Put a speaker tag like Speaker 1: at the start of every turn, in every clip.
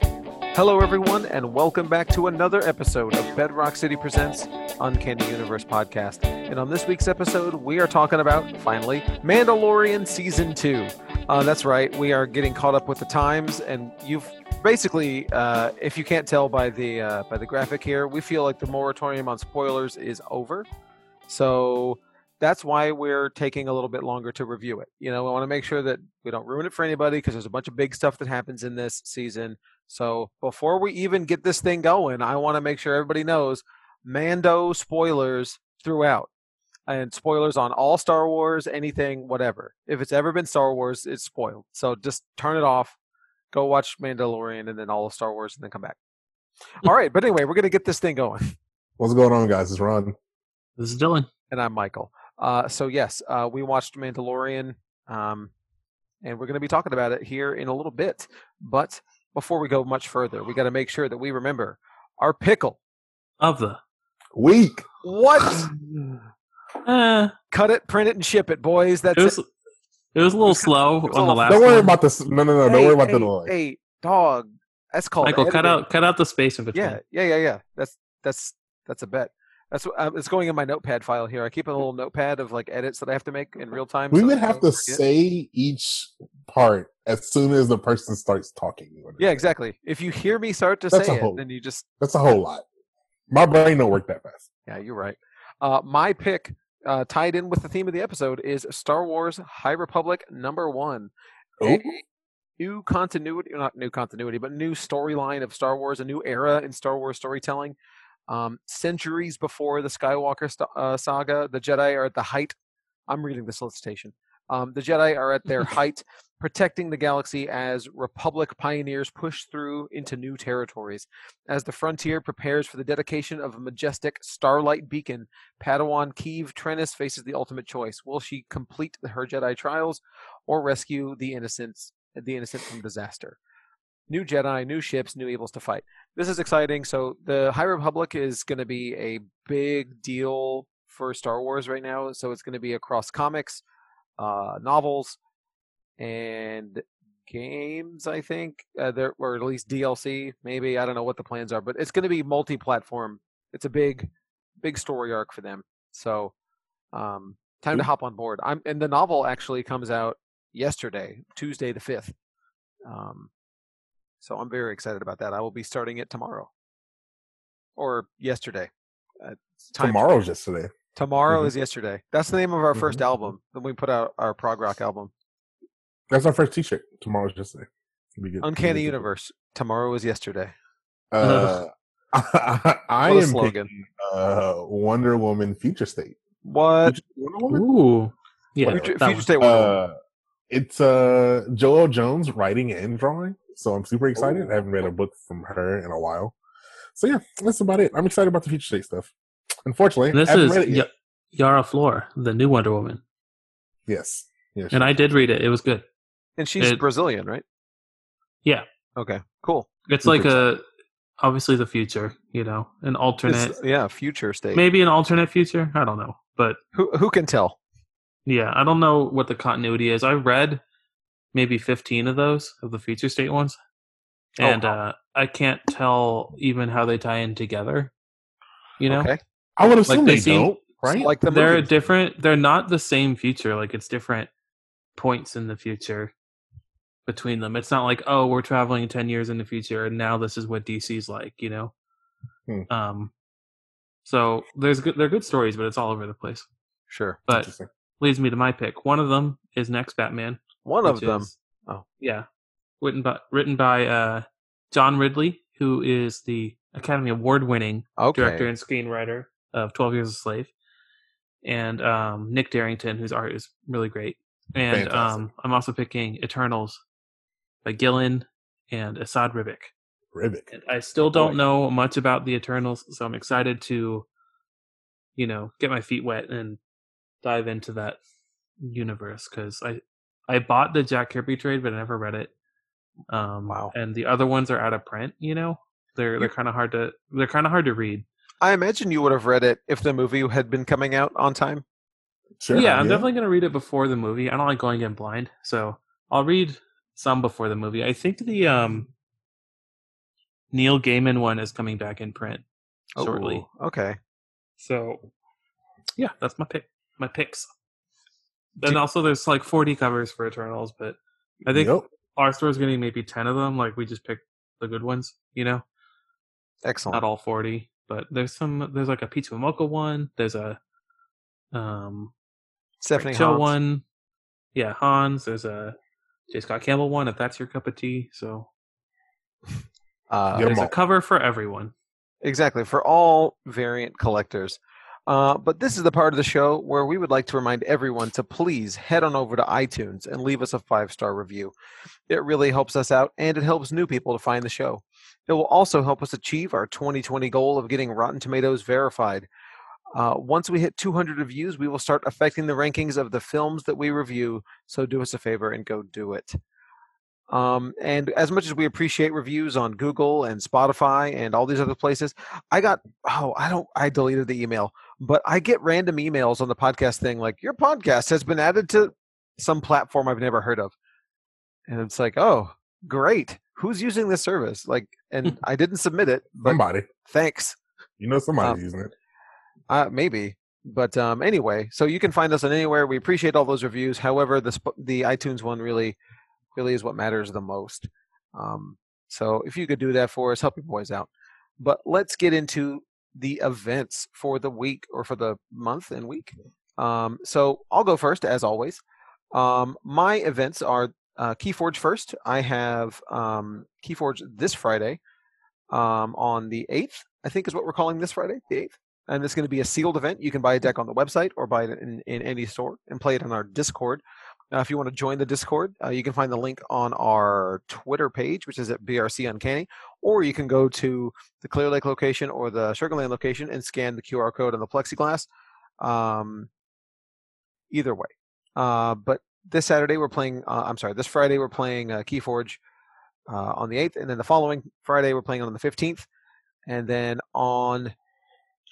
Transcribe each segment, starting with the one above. Speaker 1: Hello, everyone, and welcome back to another episode of Bedrock City Presents Uncanny Universe Podcast. And on this week's episode, we are talking about, finally, Mandalorian Season 2. Uh, that's right, we are getting caught up with the times, and you've basically, uh, if you can't tell by the, uh, by the graphic here, we feel like the moratorium on spoilers is over. So that's why we're taking a little bit longer to review it. You know, we want to make sure that we don't ruin it for anybody because there's a bunch of big stuff that happens in this season. So before we even get this thing going, I want to make sure everybody knows Mando spoilers throughout. And spoilers on all Star Wars, anything, whatever. If it's ever been Star Wars, it's spoiled. So just turn it off, go watch Mandalorian and then all of Star Wars and then come back. All right, but anyway, we're going to get this thing going.
Speaker 2: What's going on, guys? It's Ron.
Speaker 3: This is Dylan.
Speaker 1: And I'm Michael. Uh, so yes, uh, we watched Mandalorian, um, and we're going to be talking about it here in a little bit. But before we go much further, we got to make sure that we remember our pickle.
Speaker 3: Of the
Speaker 2: Week.
Speaker 1: What?
Speaker 3: eh,
Speaker 1: Cut it, print it, and ship it, boys. That's
Speaker 3: it was
Speaker 1: it.
Speaker 3: it was a little slow
Speaker 1: It was
Speaker 3: on the
Speaker 1: all-
Speaker 3: last
Speaker 2: Don't worry
Speaker 3: one.
Speaker 2: about this. No, no, Oh, no. Don't
Speaker 1: Hey,
Speaker 2: worry about
Speaker 1: hey,
Speaker 2: the delay.
Speaker 1: Hey, dog. That's called
Speaker 3: Michael, cut
Speaker 1: editing.
Speaker 3: out cut out the space in between.
Speaker 1: Yeah, yeah, yeah, yeah. That's that's that's a bet. That's what- um, it's going in my notepad file here. I keep a little notepad of like edits that I have to make in real time.
Speaker 2: we
Speaker 1: so
Speaker 2: would
Speaker 1: that I
Speaker 2: have to
Speaker 1: don't forget.
Speaker 2: say each part as soon as the person starts talking.
Speaker 1: Yeah, exactly. If you hear me start to
Speaker 2: That's
Speaker 1: say
Speaker 2: a
Speaker 1: it,
Speaker 2: hope.
Speaker 1: then you just
Speaker 2: That's a whole lot. My brain don't work that fast.
Speaker 1: Yeah, you're right. Uh, my pick, uh, tied in with the theme of the episode, is Star Wars High Republic number one.
Speaker 2: Ooh.
Speaker 1: New continuity, not new continuity, but new storyline of Star Wars, a new era in Star Wars storytelling. Um, centuries before the Skywalker st- uh, saga, the Jedi are at the height. I'm reading the solicitation. Um, the Jedi are at their height, protecting the galaxy as Republic pioneers push through into new territories. As the frontier prepares for the dedication of a majestic starlight beacon, Padawan Keeve Trennis faces the ultimate choice: will she complete her Jedi trials, or rescue the innocents, the innocent from disaster? New Jedi, new ships, new evils to fight. This is exciting. So the High Republic is going to be a big deal for Star Wars right now. So it's going to be across comics, uh, novels, and games i think uh, there or at least dlc maybe i don't know what the plans are but it's going to be multi-platform it's a big big story arc for them so um time to hop on board i'm and the novel actually comes out yesterday tuesday the 5th um so i'm very excited about that i will be starting it tomorrow or yesterday uh, it's time-
Speaker 2: Tomorrow's just today.
Speaker 1: tomorrow
Speaker 3: Mm-hmm.
Speaker 2: Mhm.
Speaker 1: is yesterday that's the name of our 1st
Speaker 2: Mhm.
Speaker 1: album then we put out our prog rock album
Speaker 2: That's our first T-shirt. Tomorrow's just today. It'll be good.
Speaker 1: Uncanny
Speaker 2: It'll be
Speaker 1: Universe. Tomorrow is yesterday.
Speaker 2: good. Uh, I,
Speaker 1: What a
Speaker 2: am
Speaker 1: slogan.
Speaker 2: picking uh, Wonder Woman Future State.
Speaker 1: What?
Speaker 2: Wonder Woman?
Speaker 3: Ooh. Yeah.
Speaker 2: Future-
Speaker 3: that
Speaker 1: Future
Speaker 3: one.
Speaker 1: State Wonder Woman.
Speaker 2: Uh, it's uh Joel Jones writing and drawing, so I'm super excited.
Speaker 1: Oh.
Speaker 2: I haven't read a book from her in a while, so yeah, that's about it. I'm excited about the future state stuff. Unfortunately,
Speaker 3: And this
Speaker 2: I haven't
Speaker 3: is
Speaker 2: read it yet.
Speaker 3: y- Yara Floor, the new Wonder Woman.
Speaker 2: yes, yes.
Speaker 3: And I did read it. It was good.
Speaker 1: And she's
Speaker 3: it-
Speaker 1: Brazilian, right?
Speaker 3: Yeah.
Speaker 1: Okay. Cool.
Speaker 3: It's
Speaker 2: Super
Speaker 3: like a obviously the future, you know, an alternate
Speaker 1: It's- yeah, future state.
Speaker 3: maybe an alternate future. I don't know. But
Speaker 1: Who who can tell?
Speaker 3: yeah, I don't know what the continuity is. I read maybe fifteen of those of the future state ones.
Speaker 1: Oh,
Speaker 3: And
Speaker 1: wow.
Speaker 3: uh I can't tell even how they tie in together. You know?
Speaker 1: okay.
Speaker 2: I would assume
Speaker 3: they
Speaker 2: they,
Speaker 3: seem-
Speaker 2: don't, right?
Speaker 1: Like the
Speaker 3: they're
Speaker 1: movies.
Speaker 3: different they're not the same future like it's different points in the future between them it's not like oh we're traveling 10 years in the future and now this is what dc's like you know
Speaker 2: Hmm.
Speaker 3: um so there's good they're good stories but it's all over the place
Speaker 1: Sure.
Speaker 3: but
Speaker 2: Interesting.
Speaker 3: leads me to my pick one of them is next batman
Speaker 1: One of
Speaker 3: which
Speaker 1: them.
Speaker 3: is-
Speaker 1: Oh.
Speaker 3: yeah written by written by uh john ridley who is the academy award winning
Speaker 1: Okay.
Speaker 3: director and screenwriter of 12 Years a Slave, and um, Nick Darrington, whose art is really great. And
Speaker 2: Fantastic.
Speaker 3: um, I'm also picking Eternals by Gillen and Assad Ribic.
Speaker 2: Ribic.
Speaker 3: And I still don't
Speaker 1: Boy.
Speaker 3: know much about the Eternals, so I'm excited to, you know, get my feet wet and dive into that universe because I I bought the Jack Kirby trade, but I never read it. Um,
Speaker 1: Wow.
Speaker 3: And the other ones are out of print. You know, they're they're
Speaker 1: You-
Speaker 3: kind of hard to they're kind of hard to read.
Speaker 1: I imagine you would have read it if the movie had been coming out on time.
Speaker 2: Sure.
Speaker 3: yeah, I'm definitely gonna read it before the movie. I don't like going in blind, so I'll read some before the movie. I think the um Neil Gaiman one is coming back in print shortly.
Speaker 1: Ooh, okay.
Speaker 3: So, yeah, that's my pick. My picks.
Speaker 1: Do-
Speaker 3: And also, there's like 40 covers for Eternals, but I think
Speaker 2: Yep.
Speaker 3: our store's getting maybe 10 of them. Like we just picked the good ones, you know,
Speaker 1: Excellent.
Speaker 3: not all 40, but there's some. There's like a Pizza Mocha one. There's a um
Speaker 1: Stephanie
Speaker 3: Chill
Speaker 1: Hans.
Speaker 3: one. Yeah, Hans. There's a J. Scott Campbell one. If that's your cup of tea, so
Speaker 1: Uh,
Speaker 2: Get 'em
Speaker 3: there's a
Speaker 2: all.
Speaker 3: cover for everyone.
Speaker 1: Exactly, for all variant collectors. Uh, but this is the part of the show where we would like to remind everyone to please head on over to iTunes and leave us a five star review. It really helps us out and it helps new people to find the show. It will also help us achieve our 2020 goal of getting Rotten Tomatoes verified. Uh, once we hit 200 reviews, we will start affecting the rankings of the films that we review. So do us a favor and go do it. Um, and as much as we appreciate reviews on Google and Spotify and all these other places, I got oh I don't I deleted the email, but I get random emails on the podcast thing like your podcast has been added to some platform I've never heard of, and it's like oh great who's using this service like and I didn't submit it but
Speaker 2: Somebody.
Speaker 1: thanks
Speaker 2: You know somebody's
Speaker 1: Um,
Speaker 2: using it.
Speaker 1: uh, maybe. But um, anyway, so you can find us on anywhere. We appreciate all those reviews. However, the sp- the iTunes one really, really is what matters the most. Um, so if you could do that for us, help your boys out. But let's get into the events for the week or for the month and week. Um, so I'll go first, as always. Um, my events are uh, KeyForge first. I have um, KeyForge this Friday um, on the 8th, I think is what we're calling this Friday, the 8th and it's going to be a sealed event. You can buy a deck on the website or buy it in, in any store and play it on our Discord. Uh, if you want to join the Discord, uh, you can find the link on our Twitter page, which is at BRC Uncanny, or you can go to the Clear Lake location or the Sugar Land location and scan the QR code on the plexiglass. Um, either way. Uh, but this Saturday we're playing, uh, I'm sorry, this Friday we're playing uh, Keyforge uh, on the 8th, and then the following Friday we're playing on the 15th, and then on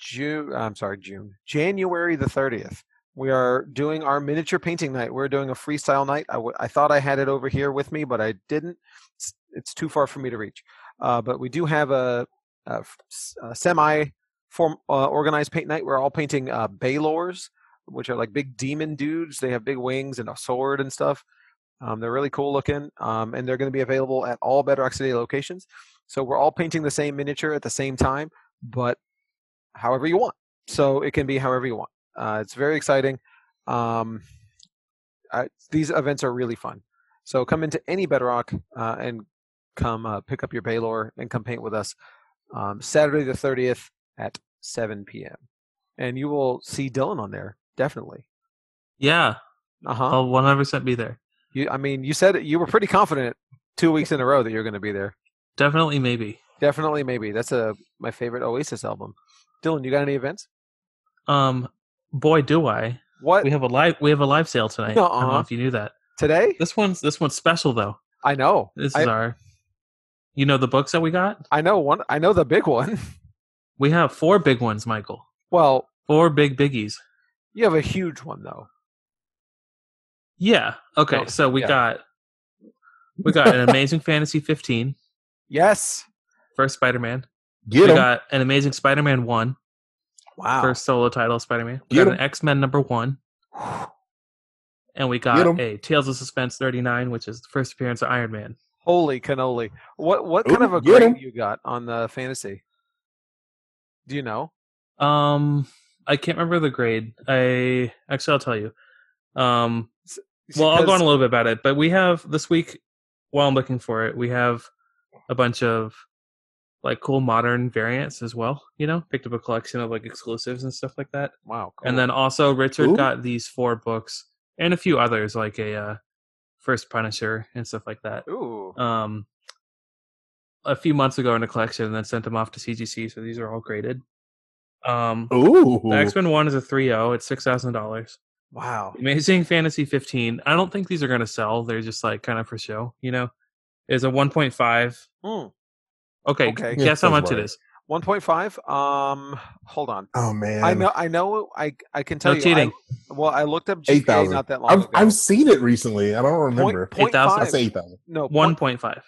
Speaker 1: June. I'm sorry, June. January the 30th. We are doing our miniature painting night. We're doing a freestyle night. I, w- I thought I had it over here with me, but I didn't. It's, it's too far for me to reach. Uh, but we do have a, a f- s- a semi form uh, organized paint night. We're all painting uh, Baylors, which are like big demon dudes. They have big wings and a sword and stuff. Um, they're really cool looking, um, and they're going to be available at all Bedrock City locations. So we're all painting the same miniature at the same time, but however you want. So it can be however you want. Uh, it's very exciting. Um, I, these events are really fun. So come into any Bedrock uh, and come uh, pick up your Baylor and come paint with us um, Saturday the 30th at 7 p.m. And you will see Dylan on there, definitely.
Speaker 3: Yeah,
Speaker 1: Uh huh.
Speaker 3: I'll 100% be there.
Speaker 1: You, I mean, you said it- you were pretty confident two weeks in a row that you're going to be there.
Speaker 3: Definitely, maybe.
Speaker 1: Definitely, maybe. That's a my favorite Oasis album. Dylan, you got any events?
Speaker 3: Um, boy, do I.
Speaker 1: What
Speaker 3: We have a live. We have a live sale tonight. I don't know
Speaker 1: Nuh-uh.
Speaker 3: if you knew that.
Speaker 1: today?
Speaker 3: This one's this one's special though.
Speaker 1: I know.
Speaker 3: This is
Speaker 1: I-
Speaker 3: our. You know the books that we got.
Speaker 1: I know one. I know the big one.
Speaker 3: We have four big ones, Michael.
Speaker 1: Well,
Speaker 3: Four big biggies.
Speaker 1: you have a huge one though.
Speaker 3: Yeah. Okay.
Speaker 1: Oh,
Speaker 3: so we
Speaker 1: yeah.
Speaker 3: got we got an amazing fantasy 15
Speaker 1: Yes.
Speaker 3: first Spider-Man.
Speaker 2: Get
Speaker 3: we
Speaker 2: him. Ah.
Speaker 3: got an amazing Spider-Man one
Speaker 1: Wow.
Speaker 3: first solo title of Spider-Man. We
Speaker 2: Get
Speaker 3: got
Speaker 2: 'em.
Speaker 3: an X-Men number one, and we got
Speaker 2: Get 'em.
Speaker 3: a Tales of Suspense 39, which is the first appearance of Iron Man.
Speaker 1: Holy cannoli! What what kind
Speaker 2: Ooh,
Speaker 1: of a
Speaker 2: get
Speaker 1: grade
Speaker 2: 'em.
Speaker 1: you got on the fantasy? Do you know?
Speaker 3: Um, I can't remember the grade. I actually I'll tell you. Um, well, I'll go on a little bit about it, but we have this week while I'm looking for it, we have a bunch of like cool modern variants as well. You know, picked up a collection of like exclusives and stuff like that.
Speaker 1: Wow. Cool.
Speaker 3: And then also Richard
Speaker 2: Ooh.
Speaker 3: got these four books and a few others like a uh, first Punisher and stuff like that.
Speaker 1: ooh,
Speaker 3: Um, a few months ago in a collection, and then sent them off to CGC. So these are all graded. Um,
Speaker 2: Ooh.
Speaker 3: the X Men one is a 3-0. It's six thousand dollars.
Speaker 1: wow.
Speaker 3: Amazing Fantasy 15. I don't think these are going to sell. They're just like kind of for show, you know. Is a 1.5.
Speaker 1: Mm,
Speaker 3: Okay,
Speaker 1: Okay.
Speaker 3: guess how
Speaker 2: Yeah,
Speaker 3: much
Speaker 2: sounds
Speaker 3: it
Speaker 2: right.
Speaker 3: is.
Speaker 1: One point five. Um, hold on.
Speaker 2: Oh man.
Speaker 1: I know. I know. I I can tell
Speaker 3: no
Speaker 1: you.
Speaker 3: cheating.
Speaker 1: I, well, I looked up GPA
Speaker 2: 8,000.
Speaker 1: not that long
Speaker 2: I've,
Speaker 1: ago.
Speaker 2: I've seen it recently. I don't
Speaker 1: Point-
Speaker 2: remember.
Speaker 1: point
Speaker 3: 8,000?
Speaker 2: I
Speaker 1: five.
Speaker 2: say eight thousand.
Speaker 1: No. point-
Speaker 3: 1.5.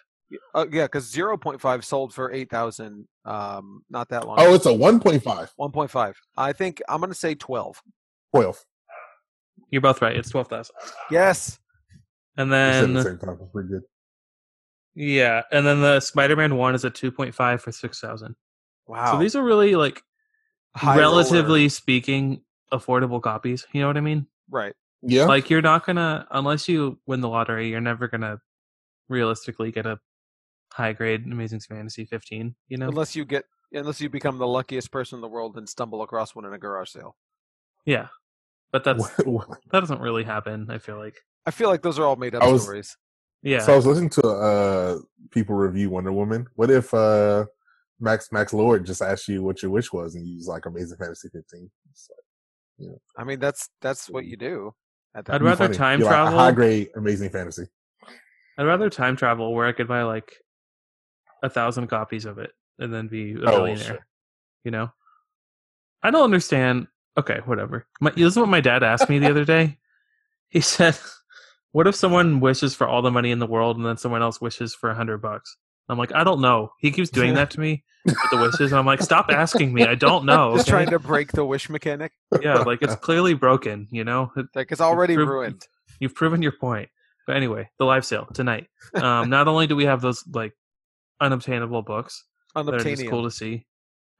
Speaker 1: Uh, yeah, because zero point five sold for eight thousand. Um, not that long.
Speaker 2: Oh, it's a 1.5
Speaker 1: one point five. I think I'm gonna say twelve.
Speaker 2: twelve.
Speaker 3: You're both right. It's twelve thousand.
Speaker 1: Yes.
Speaker 3: And
Speaker 2: We said at
Speaker 3: then
Speaker 2: the same time. It's pretty good.
Speaker 3: yeah, and then the Spider-Man one is a two point five for six thousand.
Speaker 1: Wow.
Speaker 3: So these are really like
Speaker 1: High
Speaker 3: relatively
Speaker 1: roller.
Speaker 3: speaking affordable copies. You know what I mean?
Speaker 1: right.
Speaker 2: Yeah.
Speaker 3: Like you're not gonna unless you win the lottery, you're never gonna realistically get a high grade Amazing Fantasy 15. You know?
Speaker 1: Unless you get, unless you become the luckiest person in the world and stumble across one in a garage sale.
Speaker 3: yeah, but that's
Speaker 2: What-
Speaker 3: that doesn't really happen. I feel like
Speaker 1: I feel like those are all made up
Speaker 2: I was-
Speaker 1: stories.
Speaker 3: yeah.
Speaker 2: So I was listening to uh people review Wonder Woman. What if uh Max Max Lord just asked you what your wish was and you use like Amazing Fantasy 15? It's like,
Speaker 1: I mean, that's that's what you do. At that
Speaker 3: I'd
Speaker 2: be
Speaker 1: point.
Speaker 3: rather
Speaker 2: funny.
Speaker 3: time
Speaker 2: Be like, a
Speaker 3: travel-
Speaker 2: high grade Amazing Fantasy.
Speaker 3: I'd rather time travel where I could buy like a thousand copies of it and then be a
Speaker 2: well,
Speaker 3: millionaire.
Speaker 2: sure.
Speaker 3: You know? I don't understand. Okay, whatever. My, this is what my dad asked me the other day. He said, "What if someone wishes for all the money in the world and then someone else wishes for a hundred bucks?" I'm like, I don't know. He keeps doing that to me with the wishes, and I'm like, stop asking me. I don't know.
Speaker 1: Just
Speaker 3: okay?"
Speaker 1: trying to break the wish mechanic.
Speaker 3: yeah, like it's clearly broken. You know, It-
Speaker 1: Like it's already
Speaker 3: Prove-
Speaker 1: ruined.
Speaker 3: you've proven your point. But anyway, the live sale tonight. Um, not only do we have those like unobtainable books, that are just
Speaker 1: Unobtainium.
Speaker 3: cool to see.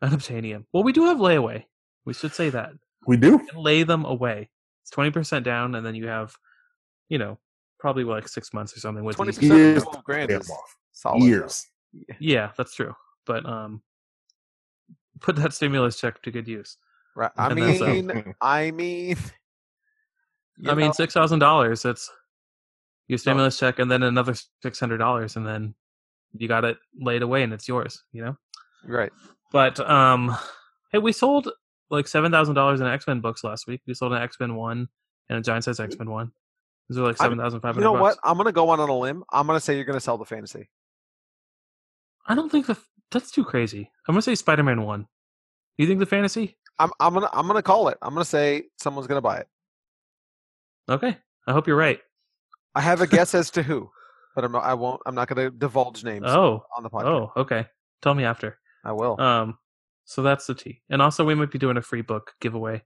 Speaker 3: Unobtainium. Well, we do have layaway. We should say that.
Speaker 2: We do.
Speaker 3: And lay them away. It's twenty percent down, and then you have, you know, probably like six months or something with
Speaker 1: Twenty
Speaker 3: these.
Speaker 1: percent of
Speaker 2: Years.
Speaker 1: twelve grand
Speaker 2: Damn
Speaker 1: is
Speaker 2: off.
Speaker 1: solid. though.
Speaker 2: Years.
Speaker 3: Yeah, that's true. But um, put that stimulus check to good use.
Speaker 1: Right. I
Speaker 3: And that's, uh,
Speaker 1: mean, I mean, you
Speaker 3: I mean,
Speaker 1: know,
Speaker 3: six thousand dollars. That's your stimulus check, and then another six hundred dollars, and then you got it laid away, and it's yours. You know.
Speaker 1: right.
Speaker 3: But um, hey, we sold like seven thousand dollars in X Men books last week. We sold an X Men one and a giant size X Men one. Those are like
Speaker 1: Mm. I-
Speaker 3: seven thousand five
Speaker 1: You
Speaker 3: hundred.
Speaker 1: know
Speaker 3: bucks.
Speaker 1: what? I'm gonna go on on a limb. I'm gonna say you're gonna sell the fantasy.
Speaker 3: I don't think the that's too crazy. I'm gonna say Spider Man one. You think the fantasy?
Speaker 1: I'm I'm gonna I'm gonna call it. I'm gonna say someone's gonna buy it.
Speaker 3: Okay, I hope you're right.
Speaker 1: I have a guess as to who, but I'm not, I won't. I'm not gonna divulge names
Speaker 3: Oh,
Speaker 1: on the podcast.
Speaker 3: oh, okay. Tell me after.
Speaker 1: I will.
Speaker 3: Um, so that's the T. And also, we might be doing a free book giveaway.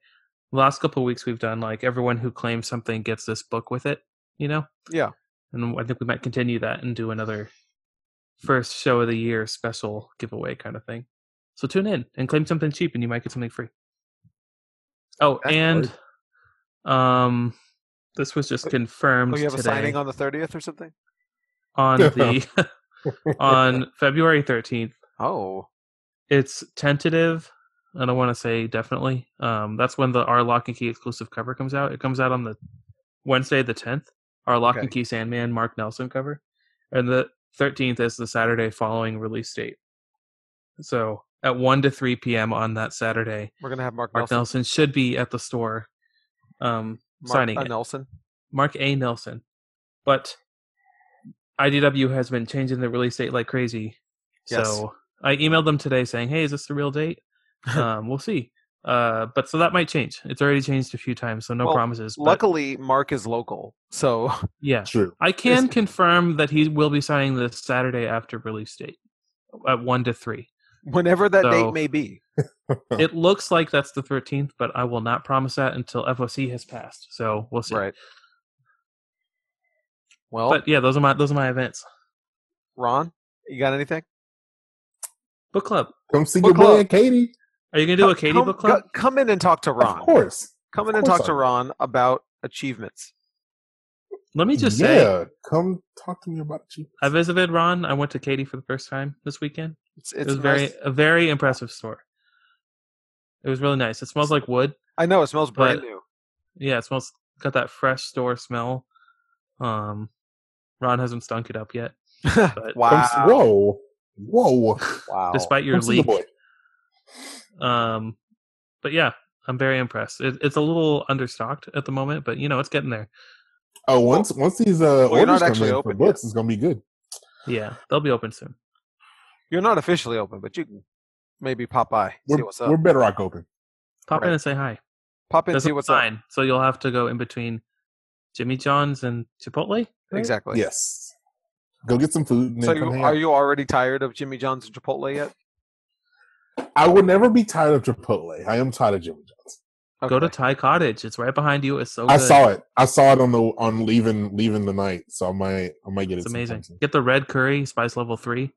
Speaker 3: The last couple of weeks, we've done like everyone who claims something gets this book with it. You know.
Speaker 1: yeah.
Speaker 3: and I think we might continue that and do another first show of the year special giveaway kind of thing. So tune in and claim something cheap, and you might get something free. Oh,
Speaker 1: That's
Speaker 3: and um, this was just
Speaker 1: Oh,
Speaker 3: confirmed
Speaker 1: Oh, you have
Speaker 3: today
Speaker 1: a signing on the 30th or something?
Speaker 3: on the on February thirteenth.
Speaker 1: Oh,
Speaker 3: It's tentative. I don't want to say definitely. Um, that's when the our Lock and Key exclusive cover comes out. It comes out on the Wednesday the tenth. Our Lock and
Speaker 1: Okay.
Speaker 3: Key Sandman Mark Nelson cover, and the thirteenth is the Saturday following release date. So at one to three p.m. on that Saturday,
Speaker 1: we're gonna have Mark,
Speaker 3: Mark
Speaker 1: Nelson.
Speaker 3: Nelson should be at the store um,
Speaker 1: Mark,
Speaker 3: signing
Speaker 1: uh,
Speaker 3: it.
Speaker 1: Nelson.
Speaker 3: Mark A. Nelson. But IDW has been changing the release date like crazy.
Speaker 1: Yes.
Speaker 3: So I emailed them today saying, hey, is this the real date? um, we'll see. Uh, but so that might change. It's already changed a few times, so no
Speaker 1: Well,
Speaker 3: promises. But
Speaker 1: Luckily, Mark is local, so
Speaker 3: yeah,
Speaker 2: True.
Speaker 3: I can confirm that he will be signing this Saturday after release date at one to three.
Speaker 1: whenever that
Speaker 3: So-
Speaker 1: date may be, Oh.
Speaker 3: It looks like that's the thirteenth, but I will not promise that until FOC has passed. So we'll see.
Speaker 1: right. Well,
Speaker 3: But yeah, those are my those are my events.
Speaker 1: Ron, you got anything?
Speaker 3: Book club.
Speaker 2: Come see
Speaker 1: Book
Speaker 2: your boy
Speaker 1: club.
Speaker 2: and Katie.
Speaker 3: Are you gonna do a
Speaker 1: Co-
Speaker 3: Katie
Speaker 1: come,
Speaker 3: book club?
Speaker 1: co- Come in and talk to
Speaker 2: Of
Speaker 1: Ron.
Speaker 2: course.
Speaker 1: Come in
Speaker 2: of
Speaker 1: and
Speaker 2: course
Speaker 1: talk to
Speaker 2: I will.
Speaker 1: Ron about achievements.
Speaker 3: Let me just say,
Speaker 2: yeah. Come talk to me about it.
Speaker 3: I visited Ron. I went to Katie for the first time this weekend.
Speaker 1: It's, it's
Speaker 3: it was very,
Speaker 1: nice.
Speaker 3: a very impressive store. It was really nice. It smells like wood.
Speaker 1: I know it smells brand
Speaker 3: but-
Speaker 1: new.
Speaker 3: Yeah, it smells got that fresh store smell. Um, Ron hasn't stunk it up yet, but
Speaker 2: Come
Speaker 1: wow!
Speaker 2: s- Whoa. Whoa.
Speaker 1: Wow!
Speaker 3: despite your
Speaker 2: Come see the
Speaker 3: leak,
Speaker 2: boy.
Speaker 3: um, but yeah, I'm very impressed. It, it's a little understocked at the moment, but you know it's getting there.
Speaker 2: Oh, once once these uh
Speaker 1: Well, you're not
Speaker 2: orders come
Speaker 1: actually
Speaker 2: in for
Speaker 1: open
Speaker 2: books, it's gonna be good.
Speaker 3: Yeah, they'll be open soon.
Speaker 1: You're not officially open, but you can maybe pop by, see
Speaker 2: We're,
Speaker 1: what's
Speaker 2: we're
Speaker 1: up.
Speaker 2: Better Rock open.
Speaker 3: Pop in
Speaker 1: Right.
Speaker 3: and say hi.
Speaker 1: Pop in,
Speaker 3: There's
Speaker 1: see
Speaker 3: a
Speaker 1: what's up.
Speaker 3: sign, so you'll have to go in between Jimmy John's and Chipotle. right?
Speaker 1: Exactly.
Speaker 2: Yes. Go get some food. And
Speaker 1: So
Speaker 2: then
Speaker 1: you,
Speaker 2: come hang
Speaker 1: are
Speaker 2: out.
Speaker 1: you already tired of Jimmy John's and Chipotle yet?
Speaker 2: I will never be tired of Chipotle. I am tired of Jimmy John's.
Speaker 3: Go to
Speaker 1: Okay.
Speaker 3: Thai Cottage. It's right behind you. It's so good.
Speaker 2: I saw it. I saw it on the on leaving leaving the night. So I might I might get
Speaker 3: It's
Speaker 2: it.
Speaker 3: amazing.
Speaker 2: sometime
Speaker 3: Get the red curry, spice level three.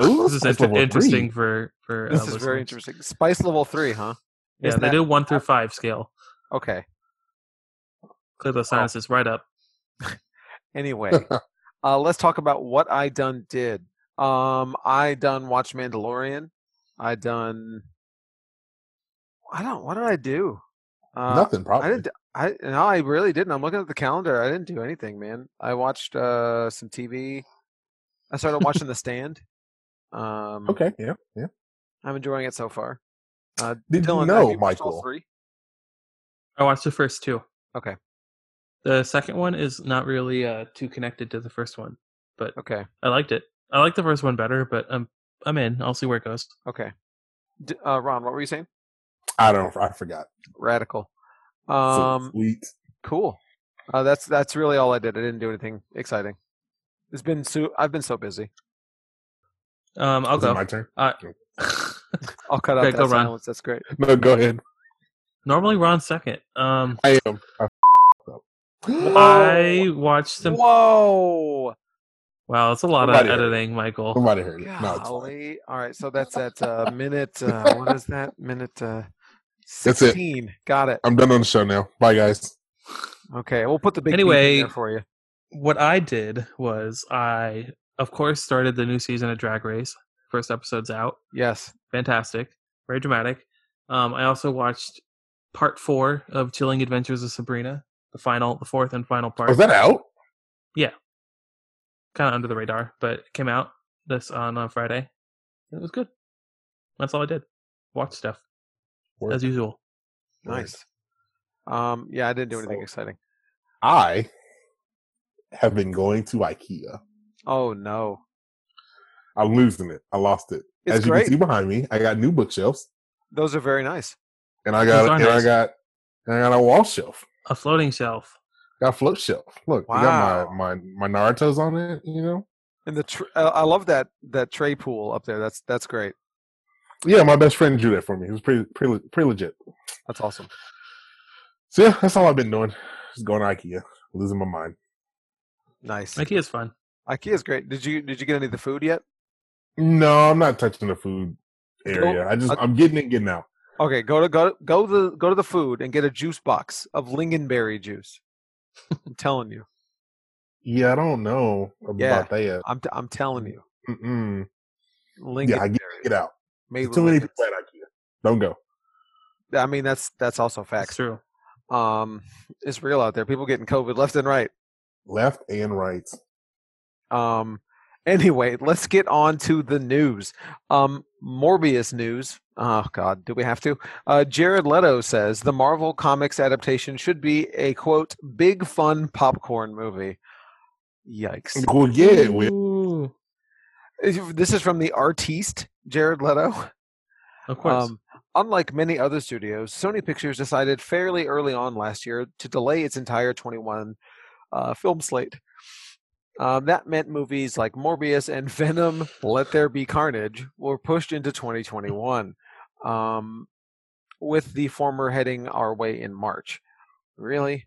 Speaker 2: soon. Ooh,
Speaker 3: This is
Speaker 2: that's
Speaker 3: inter-
Speaker 2: level three.
Speaker 3: interesting for for.
Speaker 1: This
Speaker 3: uh,
Speaker 1: is very
Speaker 3: listeners.
Speaker 1: interesting. Spice level three, huh?
Speaker 3: Yeah,
Speaker 1: Isn't
Speaker 3: they
Speaker 1: that-
Speaker 3: do one through five scale.
Speaker 1: Okay.
Speaker 3: Clear the
Speaker 1: Oh.
Speaker 3: sinuses right up.
Speaker 1: Anyway, uh, let's talk about what I done did. Um, I done watch Mandalorian. I done. I don't. What did I do? Uh,
Speaker 2: Nothing probably.
Speaker 1: I didn't. I no, I really didn't. I'm looking at the calendar. I didn't do anything, man. I watched uh, some TV. I started watching The Stand. Um,
Speaker 2: okay. Yeah. Yeah.
Speaker 1: I'm enjoying it so far. Uh,
Speaker 2: Did
Speaker 1: Dylan,
Speaker 2: you
Speaker 1: have
Speaker 2: know,
Speaker 1: you watched all
Speaker 2: Michael?
Speaker 1: three?
Speaker 3: I watched the first two.
Speaker 1: Okay.
Speaker 3: The second one is not really uh, too connected to the first one.
Speaker 1: Okay.
Speaker 3: I liked it. I like the first one better, but I'm I'm in. I'll see where it goes.
Speaker 1: Okay. D- uh, Ron, what were you saying?
Speaker 2: I don't. I forgot.
Speaker 1: Radical.
Speaker 2: So
Speaker 1: Um,
Speaker 2: sweet.
Speaker 1: cool. Uh, that's that's really all I did. I didn't do anything exciting. It's been so I've been so busy.
Speaker 3: Um, I'll
Speaker 2: Is it
Speaker 3: go.
Speaker 2: my turn?
Speaker 1: I'll cut out
Speaker 3: Okay,
Speaker 1: that
Speaker 3: go, Ron.
Speaker 1: silence. That's great.
Speaker 2: No, go ahead.
Speaker 3: Normally Ron's second. Um,
Speaker 2: I am. I f***ed up.
Speaker 3: I watched some.
Speaker 1: Whoa!
Speaker 3: Wow, it's a lot
Speaker 2: Somebody
Speaker 3: of
Speaker 2: heard it.
Speaker 3: editing, Michael.
Speaker 2: Nobody heard it. No, it's fine.
Speaker 1: Golly. All right, so that's at uh, minute. Uh, what is that? Minute uh,
Speaker 2: That's it.
Speaker 1: sixteen. Got it.
Speaker 2: I'm done on the show now. Bye, guys.
Speaker 1: Okay, we'll put the big beep
Speaker 3: Anyway-
Speaker 1: in there for you.
Speaker 3: What I did was I, of course, started the new season of Drag Race. First episode's out.
Speaker 1: Yes.
Speaker 3: Fantastic. Very dramatic. Um, I also watched part four of Chilling Adventures of Sabrina, the final, the fourth and final part.
Speaker 2: Was that out?
Speaker 3: kind of under the radar, but it came out this on uh, Friday. and It was good. That's all I did. Watch stuff
Speaker 2: Word.
Speaker 3: as usual.
Speaker 1: Nice. Um, yeah, I didn't do anything
Speaker 2: So-
Speaker 1: exciting.
Speaker 2: I have been going to IKEA.
Speaker 1: Oh no,
Speaker 2: I'm losing it. I lost it.
Speaker 1: it's
Speaker 2: As you
Speaker 1: great.
Speaker 2: can see behind me, I got new bookshelves,
Speaker 1: Those are very nice.
Speaker 2: and I
Speaker 3: Those
Speaker 2: got
Speaker 3: are
Speaker 2: and I
Speaker 3: nice.
Speaker 2: got and I got a wall shelf.
Speaker 3: A floating shelf.
Speaker 2: Got a float shelf. Look, I
Speaker 1: Wow.
Speaker 2: got my my my Naruto's on it. You know,
Speaker 1: And the tr- uh, I love that that tray pool up there. That's that's great.
Speaker 2: yeah. My best friend drew that for me. It was pretty pretty, pretty legit.
Speaker 1: That's awesome.
Speaker 2: So yeah, that's all I've been doing. Just going to IKEA, losing my mind.
Speaker 1: Nice.
Speaker 3: IKEA's fun.
Speaker 1: IKEA's great. Did you did you get any of the food yet?
Speaker 2: No, I'm not touching the food area. I just
Speaker 1: I-
Speaker 2: I'm getting it, getting out.
Speaker 1: Okay, go to go go to go to the food and get a juice box of lingonberry juice. I'm telling you.
Speaker 2: Yeah, I don't know about
Speaker 1: Yeah.
Speaker 2: that. Yet.
Speaker 1: I'm t- I'm
Speaker 2: Mm.
Speaker 1: telling you.
Speaker 2: Mm-mm.
Speaker 1: Lingonberry.
Speaker 2: Yeah, I get, get out.
Speaker 1: made with
Speaker 2: Too many
Speaker 1: lingons.
Speaker 2: people at IKEA. Don't go.
Speaker 1: I mean, that's that's also
Speaker 3: That's
Speaker 1: facts.
Speaker 3: true.
Speaker 1: Um, it's real out there. People getting COVID left and right.
Speaker 2: Left and right.
Speaker 1: Um, anyway, let's get on to the news. Um, Morbius news. Oh God, do we have to? Uh, Jared Leto says the Marvel Comics adaptation should be a quote big fun popcorn movie. Yikes!
Speaker 2: Well, yeah, it will.
Speaker 3: Ooh.
Speaker 1: If- This is from the artiste Jared Leto.
Speaker 3: Of course.
Speaker 1: Um, unlike many other studios, Sony Pictures decided fairly early on last year to delay its entire 21 uh, film slate. Um, that meant movies like Morbius and Venom, Let There Be Carnage, were pushed into 2021, um, with the former heading our way in March. Really?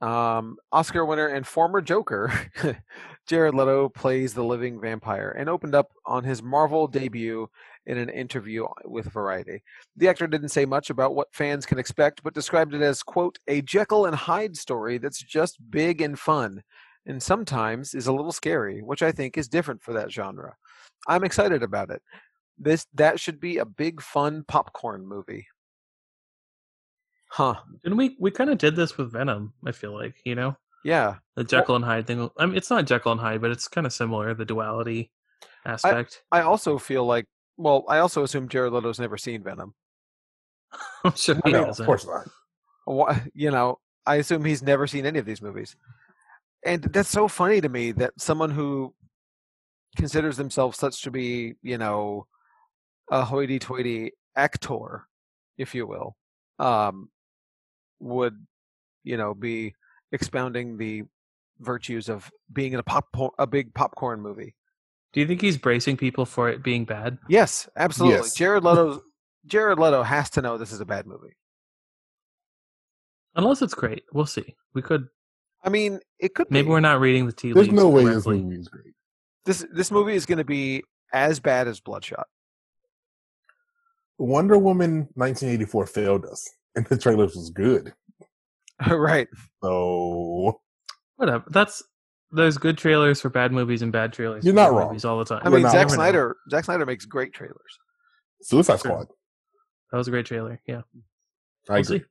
Speaker 1: Um, Oscar winner and former Joker, Jared Leto plays the living vampire and opened up on his Marvel debut in an interview uh, with Variety. The actor didn't say much about what fans can expect, but described it as, quote, a Jekyll and Hyde story that's just big and fun, and sometimes is a little scary, which I think is different for that genre. I'm excited about it. This that should be a big fun popcorn movie. Huh.
Speaker 3: and we we kind of did this with Venom. I feel like you know
Speaker 1: Yeah.
Speaker 3: the Jekyll and Hyde thing. I mean, it's not Jekyll and Hyde, but it's kind of similar. The duality aspect.
Speaker 1: I also feel like well, I also assume Jared Leto's never seen Venom.
Speaker 3: I, am sure he
Speaker 2: No, of
Speaker 3: doesn't.
Speaker 2: course not.
Speaker 1: Wha- you know i assume he's never seen any of these movies and that's so funny to me that someone who considers themselves such to be you know a hoity-toity actor if you will um would you know be expounding the virtues of being in a pop a big popcorn movie.
Speaker 3: Do you think he's bracing people for it being bad?
Speaker 1: Yes, absolutely.
Speaker 2: Yes.
Speaker 1: Jared Leto's Jared Leto has to know this is a bad movie.
Speaker 3: Unless it's great, we'll see. We could
Speaker 1: I mean, it could
Speaker 3: maybe
Speaker 1: be.
Speaker 3: we're not reading the tea
Speaker 2: There's
Speaker 3: leaves
Speaker 2: no way this
Speaker 3: correctly.
Speaker 2: movie is great.
Speaker 1: this this movie is going to be as bad as Bloodshot.
Speaker 2: Wonder Woman 1984 failed us, and the trailers was good.
Speaker 1: right.
Speaker 2: So
Speaker 3: Whatever. That's there's good trailers for bad movies and bad trailers.
Speaker 2: You're
Speaker 3: for
Speaker 2: not
Speaker 3: good
Speaker 2: wrong.
Speaker 3: Movies all the time.
Speaker 1: I
Speaker 2: We're
Speaker 1: mean,
Speaker 2: not-
Speaker 1: Zack
Speaker 3: Never know.
Speaker 1: Snyder Zack Snyder makes great trailers.
Speaker 2: Suicide
Speaker 3: Sure.
Speaker 2: Squad.
Speaker 3: That was a great trailer. Yeah.
Speaker 2: I
Speaker 3: We'll
Speaker 2: agree.
Speaker 3: see.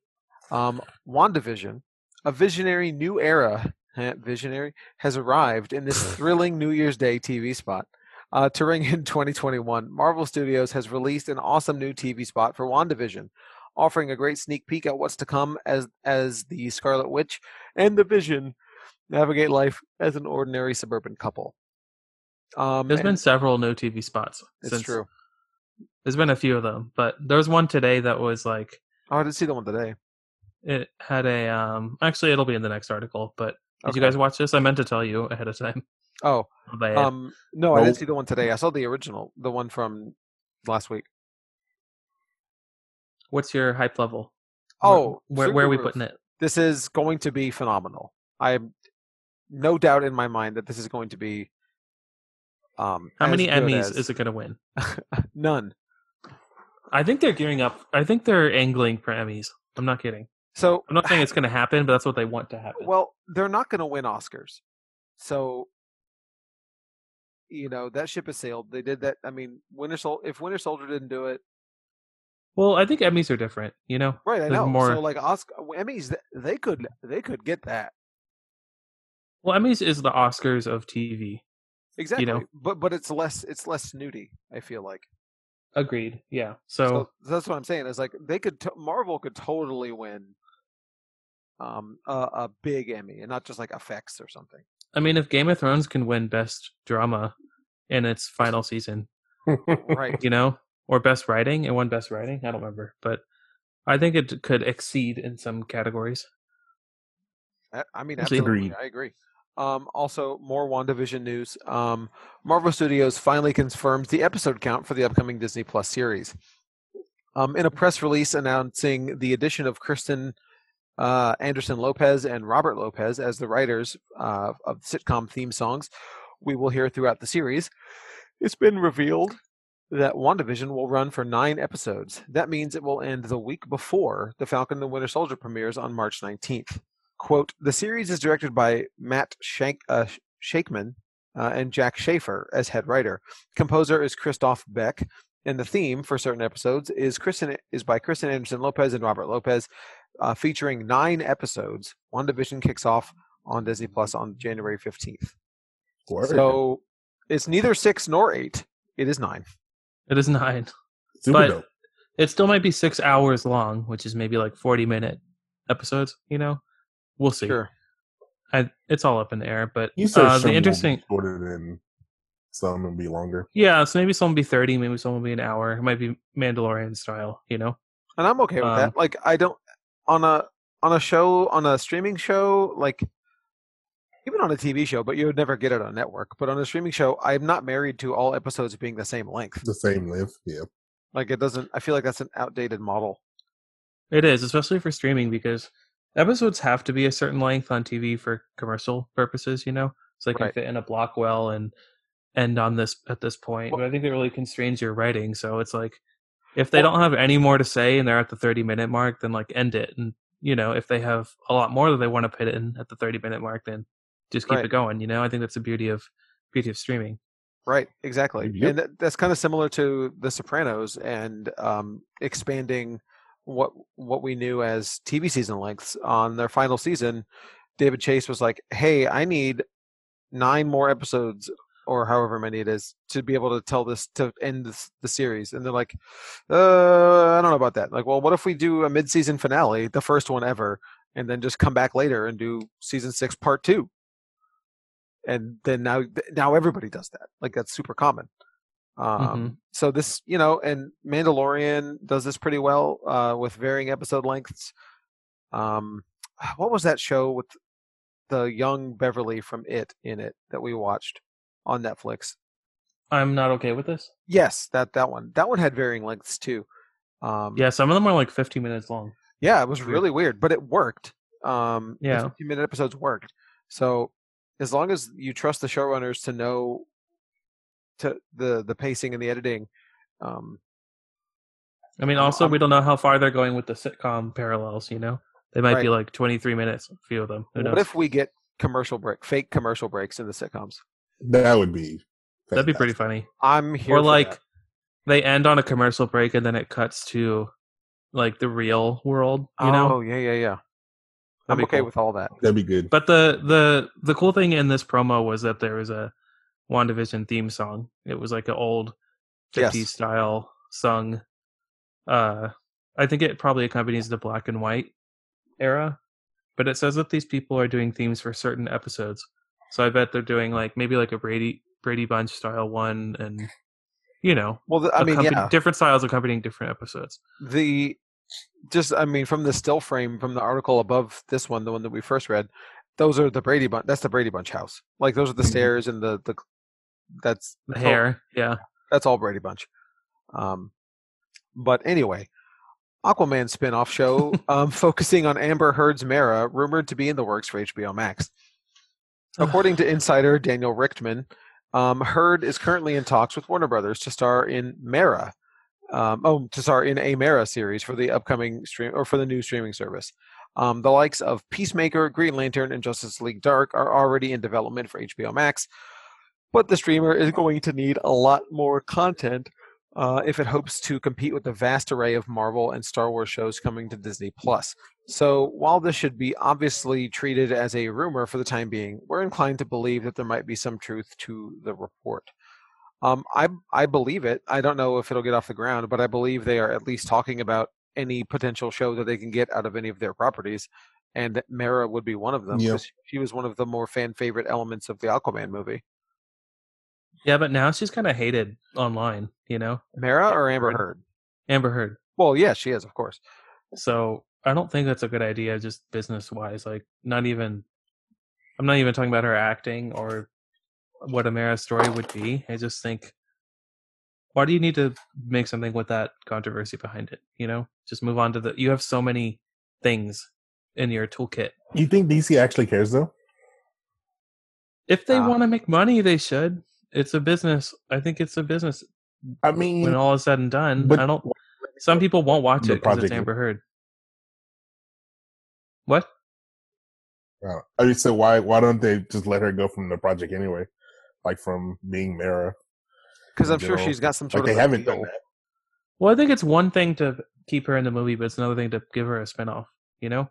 Speaker 1: Um, WandaVision, a visionary new era, eh, visionary, has arrived in this thrilling New Year's Day TV spot. Uh, to ring in 2021, Marvel Studios has released an awesome new TV spot for WandaVision, offering a great sneak peek at what's to come as as the Scarlet Witch and the Vision navigate life as an ordinary suburban couple. Um,
Speaker 3: There's
Speaker 1: and
Speaker 3: been several no TV spots.
Speaker 1: it's
Speaker 3: since-
Speaker 1: true.
Speaker 3: There's been a few of them, but there was one today that was like
Speaker 1: Oh, I didn't see the one today.
Speaker 3: it had a um. Actually, it'll be in the next article. But did
Speaker 1: Okay.
Speaker 3: you guys watch this? I meant to tell you ahead of time.
Speaker 1: Oh,
Speaker 3: My bad.
Speaker 1: um, no, I didn't
Speaker 2: Nope.
Speaker 1: see the one today. I saw the original, the one from last week.
Speaker 3: What's your hype level?
Speaker 1: Oh,
Speaker 3: where,
Speaker 1: through
Speaker 3: where
Speaker 1: the
Speaker 3: are we
Speaker 1: roof.
Speaker 3: putting it?
Speaker 1: This is going to be phenomenal. I have no doubt in my mind that this is going to be. Um,
Speaker 3: How
Speaker 1: as
Speaker 3: many
Speaker 1: good
Speaker 3: Emmys
Speaker 1: as-
Speaker 3: is it going to win?
Speaker 1: None.
Speaker 3: I think they're gearing up. I think they're angling for Emmys. I'm not kidding.
Speaker 1: So,
Speaker 3: I'm not saying it's going to happen, but that's what they want to happen.
Speaker 1: well, they're not going to win Oscars. So, you know that ship has sailed. They did that. I mean, Winter Sol- If Winter Soldier didn't do it,
Speaker 3: Well, I think Emmys are different, you know.
Speaker 1: right? I
Speaker 3: There's
Speaker 1: know.
Speaker 3: more-
Speaker 1: So, like Oscar Emmys, th- they could they could get that
Speaker 3: Well, Emmys is the Oscars of TV.
Speaker 1: exactly.
Speaker 3: know.
Speaker 1: But but it's less it's less snooty. I feel like.
Speaker 3: Agreed. Yeah. So,
Speaker 1: So that's what I'm saying. Is like they could t- Marvel could totally win um a, a big Emmy and not just like effects or something.
Speaker 3: I mean, if Game of Thrones can win Best Drama in its final season,
Speaker 1: Right.
Speaker 3: you know, or Best Writing, it won Best Writing. I don't remember, but I think it could exceed in some categories.
Speaker 1: I, I mean,
Speaker 3: Actually,
Speaker 1: absolutely.
Speaker 2: agreed.
Speaker 1: I agree. Um, also, more WandaVision news. Um, Marvel Studios finally confirms the episode count for the upcoming Disney Plus series. Um, in a press release announcing the addition of Kristen uh, Anderson Lopez and Robert Lopez as the writers uh, of sitcom theme songs, we will hear throughout the series. It's been revealed that WandaVision will run for nine episodes. That means it will end the week before The Falcon and the Winter Soldier premieres on March 19th quote the series is directed by matt Shank, uh, Sh- shakeman uh, and jack schaefer as head writer composer is christoph beck and the theme for certain episodes is kristen is by kristen anderson lopez and robert lopez uh, featuring nine episodes one division kicks off on disney plus on january 15th
Speaker 2: Word.
Speaker 1: so it's neither six nor eight it is nine
Speaker 3: It is nine.
Speaker 2: Super
Speaker 3: but-
Speaker 2: dope.
Speaker 3: It still might be six hours long, which is maybe like 40 minute episodes, you know? We'll see.
Speaker 1: sure
Speaker 3: I, it's all up in the air, but
Speaker 2: You said
Speaker 3: uh,
Speaker 2: some
Speaker 3: the interesting.
Speaker 2: will be shorter than some and be longer.
Speaker 3: Yeah, so maybe some will be 30, maybe some will be an hour. It might be Mandalorian style, you know?
Speaker 1: and I'm okay with
Speaker 3: Um,
Speaker 1: that. Like I don't on a on a show on a streaming show like even on a TV show, but you would never get it on network. But on a streaming show, I'm not married to all episodes being the same length.
Speaker 2: The same length. Yeah.
Speaker 1: Like it doesn't. I feel like that's an outdated model.
Speaker 3: It is, especially for streaming, because episodes have to be a certain length on TV for commercial purposes. You know, so they can
Speaker 1: Right.
Speaker 3: fit in a block well and end on this at this point. But I think it really constrains your writing. So it's like if they
Speaker 1: Well-
Speaker 3: don't have any more to say and they're at the thirty minute mark, then like end it. And you know, if they have a lot more that they want to put in at the thirty minute mark, then just keep
Speaker 1: Right.
Speaker 3: it going. You know, I think that's the beauty of beauty of streaming.
Speaker 1: Right. Exactly.
Speaker 2: Yep.
Speaker 1: And that, that's kind of similar to The Sopranos and um, expanding what what we knew as TV season lengths on their final season. David Chase was like, "Hey, I need nine more episodes, or however many it is, to be able to tell this to end this, the series." And they're like, "Uh, I don't know about that. Like, well, what if we do a mid-season finale, the first one ever, and then just come back later and do season six, part two? And then now, now everybody does that. Like, that's super common. Um,
Speaker 3: Mhm.
Speaker 1: so this you know and mandalorian does this pretty well uh with varying episode lengths um what was that show with the young Beverly from It in it that we watched on Netflix.
Speaker 3: I'm not okay with this.
Speaker 1: Yes, that that one. That one had varying lengths too. Um,
Speaker 3: Yeah, some of them are like 15 minutes long.
Speaker 1: yeah, it was really weird, but it worked. Um,
Speaker 3: Yeah.
Speaker 1: the 15 minute episodes worked. So as long as you trust the showrunners to know to the the pacing and the editing, um,
Speaker 3: I mean,
Speaker 1: I'm-
Speaker 3: also
Speaker 1: Um, I'm-
Speaker 3: we don't know how far they're going with the sitcom parallels. You know, they might be like 23 minutes. A few of them. Who knows?
Speaker 1: what if we get commercial break, fake commercial breaks in the sitcoms?
Speaker 2: That would be.
Speaker 3: That'd be pretty funny.
Speaker 1: I'm here.
Speaker 3: Or
Speaker 1: for
Speaker 3: like
Speaker 1: that.
Speaker 3: they end on a commercial break and then it cuts to like the real world. You know,
Speaker 1: oh yeah, yeah, yeah.
Speaker 3: That'd
Speaker 1: I'm
Speaker 3: be
Speaker 1: okay
Speaker 3: cool.
Speaker 1: with all that.
Speaker 2: That'd be good.
Speaker 3: But the the the cool thing in this promo was that there was a WandaVision theme song. It was like an old 50s
Speaker 1: Yes.
Speaker 3: style sung. Uh, I think it probably accompanies the black and white era, but it says that these people are doing themes for certain episodes. So I bet they're doing like maybe like a Brady Brady Bunch style one, and you know,
Speaker 1: Well, th- I mean,
Speaker 3: accompany-
Speaker 1: yeah.
Speaker 3: different styles accompanying different episodes.
Speaker 1: The just, I mean, from the still frame from the article above this one, the one that we first read, those are the Brady Bunch. That's the Brady Bunch house. Like those are the
Speaker 2: Mhm.
Speaker 1: stairs and the the. That's
Speaker 3: Mm-hmm. The
Speaker 1: that's all-
Speaker 3: hair, yeah.
Speaker 1: that's all Brady Bunch. Um, but anyway, Aquaman spin-off show um, focusing on Amber Heard's Mara, rumored to be in the works for HBO Max. According to insider Daniel Richtman, um, Heard is currently in talks with Warner Brothers to star in Mara. Um, oh, to star in a Mara series for the upcoming stream or for the new streaming service. Um, the likes of Peacemaker, Green Lantern, and Justice League Dark are already in development for HBO Max, but the streamer is going to need a lot more content uh, if it hopes to compete with the vast array of Marvel and Star Wars shows coming to Disney Plus. So while this should be obviously treated as a rumor for the time being, we're inclined to believe that there might be some truth to the report. Um, I I believe it. I don't know if it'll get off the ground, but I believe they are at least talking about any potential show that they can get out of any of their properties, and that Mara would be one of them.
Speaker 2: Yeah.
Speaker 1: 'cause She was one of the more fan favorite elements of the Aquaman movie.
Speaker 3: Yeah, but now she's kind of hated online, you know?
Speaker 1: Mara or Amber
Speaker 3: Heard.
Speaker 1: Heard?
Speaker 3: Amber Heard.
Speaker 1: Well, yeah, she is, of course.
Speaker 3: So I don't think that's a good idea, just business wise. Like, not even, I'm not even talking about her acting or what Amara's story would be. I just think, why do you need to make something with that controversy behind it? You know, just move on to the, you have so many things in your toolkit.
Speaker 2: You think DC actually cares though?
Speaker 3: If they
Speaker 2: Uh
Speaker 1: Ah.
Speaker 3: want to make money, they should. It's a business. I think it's a business
Speaker 2: I mean,
Speaker 3: when all is said and done.
Speaker 2: Mm. but-
Speaker 3: I don't, some people won't watch
Speaker 2: The
Speaker 3: it because it's
Speaker 2: project-
Speaker 3: Amber Heard. What?
Speaker 2: Uh, I mean, so why why don't they just let her go from the project anyway? Like from being Mara,
Speaker 1: Because
Speaker 2: In
Speaker 1: I'm sure
Speaker 2: general.
Speaker 1: she's got some
Speaker 2: like
Speaker 1: sort
Speaker 2: they
Speaker 1: of. a
Speaker 2: haven't
Speaker 1: deal.
Speaker 2: done that.
Speaker 3: Well, I think it's one thing to keep her in the movie, but it's another thing to give her a spinoff. You know,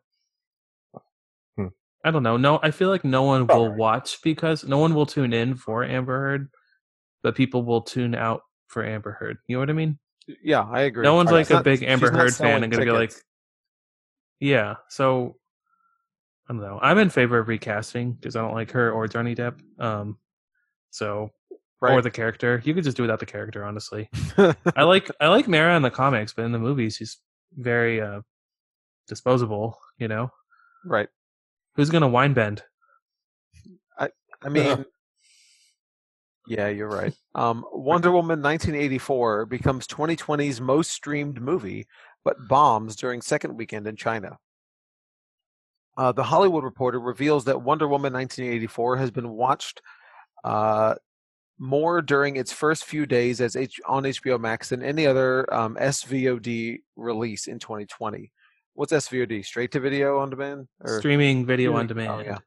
Speaker 2: Hmm.
Speaker 3: I don't know. No, I feel like no one will
Speaker 2: Alright.
Speaker 3: watch because no one will tune in for Amber Heard, but people will tune out for Amber Heard. You know what I mean?
Speaker 1: Yeah, I agree.
Speaker 3: No one's
Speaker 2: Okay.
Speaker 3: like
Speaker 2: She's
Speaker 3: a big Amber
Speaker 1: she's not
Speaker 3: Heard fan
Speaker 1: selling
Speaker 3: and gonna be like,
Speaker 1: tickets.
Speaker 3: yeah. So I don't know. I'm in favor of recasting because I don't like her or Johnny Depp. Um, so or
Speaker 1: Right.
Speaker 3: the character. You could just do without the character, honestly. I like I like Mara in the comics, but in the movies she's very uh disposable, you know.
Speaker 1: right.
Speaker 3: Who's gonna wine bend?
Speaker 1: I mean, yeah, you're right. Um, Wonder Woman 1984 becomes 2020's most streamed movie, but bombs during second weekend in China. Uh, the Hollywood Reporter reveals that Wonder Woman 1984 has been watched uh, more during its first few days as H- on HBO Max than any other um, SVOD release in 2020. What's SVOD? Straight to video on demand? Or-
Speaker 3: Streaming video on
Speaker 1: Streaming-
Speaker 3: demand.
Speaker 1: oh, yeah.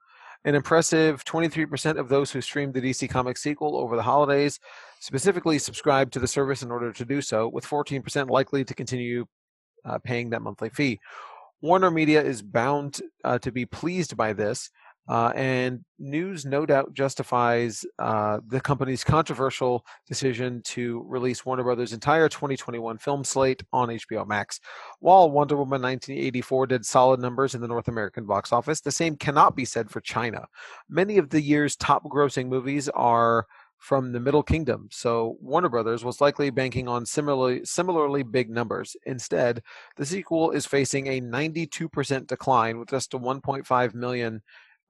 Speaker 1: An impressive 23% of those who streamed the DC Comics sequel over the holidays specifically subscribed to the service in order to do so, with 14% likely to continue uh, paying that monthly fee. Warner Media is bound uh, to be pleased by this, uh, and news no doubt justifies uh, the company's controversial decision to release Warner Brothers' entire 2021 film slate on HBO Max. While Wonder Woman 1984 did solid numbers in the North American box office, the same cannot be said for China. Many of the year's top grossing movies are from the Middle Kingdom, so Warner Brothers was likely banking on similarly similarly big numbers. Instead, the sequel is facing a 92% decline with just a 1.5 million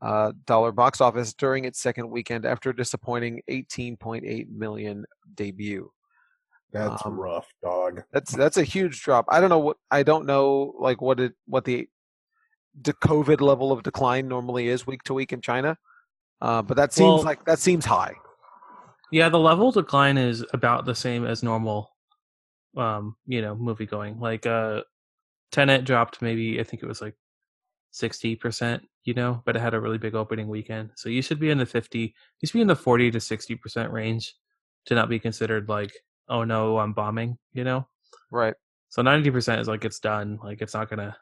Speaker 1: uh, dollar box office during its second weekend after a disappointing 18.8 million debut.
Speaker 2: That's
Speaker 1: Um,
Speaker 2: rough, dog.
Speaker 1: That's that's a huge drop. I don't know what I don't know like what it what the the COVID level of decline normally is week to week in China, uh, but that seems
Speaker 3: Well-
Speaker 1: like that seems high.
Speaker 3: Yeah, the level decline is about the same as normal um, you know, movie going. Like uh Tenet dropped maybe I think it was like sixty percent, you know, but it had a really big opening weekend. So you should be in the fifty you should be in the forty to sixty percent range to not be considered like, oh no, I'm bombing, you know?
Speaker 1: Right.
Speaker 3: So ninety percent is like it's done. Like it's not gonna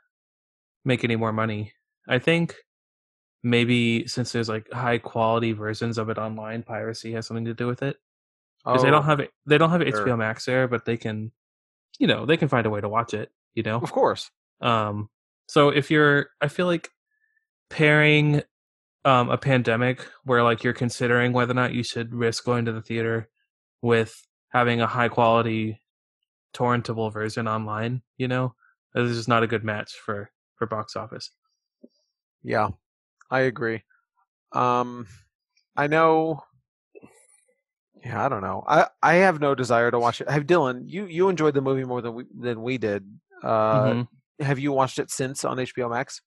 Speaker 3: make any more money. I think maybe since there's like high quality versions of it online, piracy has something to do with it. Because they don't
Speaker 1: Oh,
Speaker 3: have it- they don't have
Speaker 1: sure.
Speaker 3: HBO Max there, but they can, you know, they can find a way to watch it. You know,
Speaker 1: of course.
Speaker 3: um, so if you're, I feel like pairing um, a pandemic where like you're considering whether or not you should risk going to the theater with having a high quality torrentable version online, you know, this is just not a good match for for box office.
Speaker 1: Yeah, I agree. Um, I know. Yeah, I don't know. I I have no desire to watch it. Have Dylan, you you enjoyed the movie more than we than we did. Uh,
Speaker 3: Mhm.
Speaker 1: Have you watched it since on HBO Max?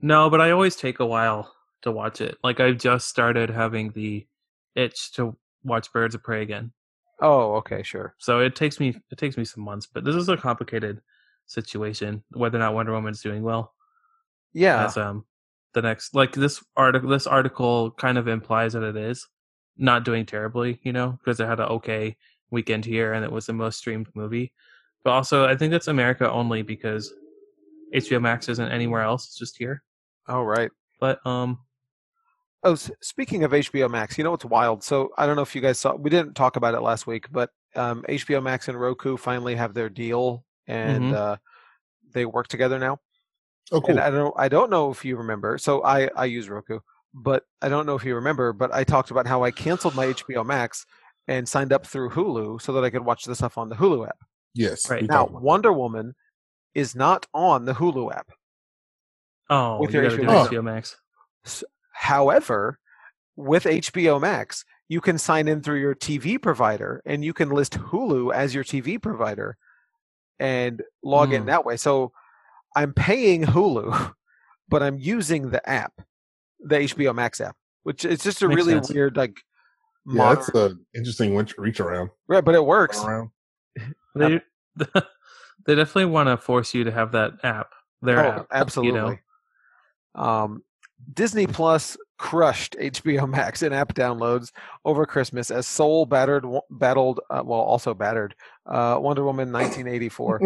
Speaker 3: No, but I always take a while to watch it. Like I've just started having the itch to watch Birds of Prey again.
Speaker 1: Oh, okay, sure.
Speaker 3: So it takes me it takes me some months, but this is a complicated situation. Whether or not Wonder Woman's doing well,
Speaker 1: Yeah,
Speaker 3: as um the next like this article this article kind of implies that it is not doing terribly, you know, because it had an okay weekend here and it was the most streamed movie. But also, I think that's America only because HBO Max isn't anywhere else; it's just here.
Speaker 1: Oh, right.
Speaker 3: But um,
Speaker 1: Oh, s- speaking of HBO Max, you know what's wild? So I don't know if you guys saw. We didn't talk about it last week, but um, HBO Max and Roku finally have their deal, and
Speaker 3: Mhm.
Speaker 1: uh, they work together now.
Speaker 2: Oh, cool.
Speaker 1: And I don't I don't know if you remember. So I I use Roku, but I don't know if you remember. But I talked about how I canceled my HBO Max and signed up through Hulu so that I could watch the stuff on the Hulu app.
Speaker 2: yes.
Speaker 3: Right.
Speaker 2: we
Speaker 1: Now
Speaker 2: talked about
Speaker 1: Wonder Woman is not on the Hulu app.
Speaker 3: oh,
Speaker 1: With
Speaker 3: you
Speaker 1: your
Speaker 3: gotta do
Speaker 1: HBO
Speaker 2: Max.
Speaker 3: HBO Max.
Speaker 1: However, with HBO Max, you can sign in through your TV provider and you can list Hulu as your TV provider and log in
Speaker 3: Hmm.
Speaker 1: that way. So I'm paying Hulu, but I'm using the app, the HBO Max app, which it's just a
Speaker 3: Makes
Speaker 1: really
Speaker 3: sense.
Speaker 1: weird like
Speaker 2: it. Yeah,
Speaker 1: modern,
Speaker 2: that's an interesting winch- reach around.
Speaker 1: right, but it works.
Speaker 2: around.
Speaker 3: They they definitely want to force you to have that app. Their
Speaker 1: Oh,
Speaker 3: app,
Speaker 1: absolutely.
Speaker 3: You know,
Speaker 1: Um, Disney Plus crushed HBO Max in app downloads over Christmas as Soul battered, battled, uh, well, also battered uh, Wonder Woman 1984.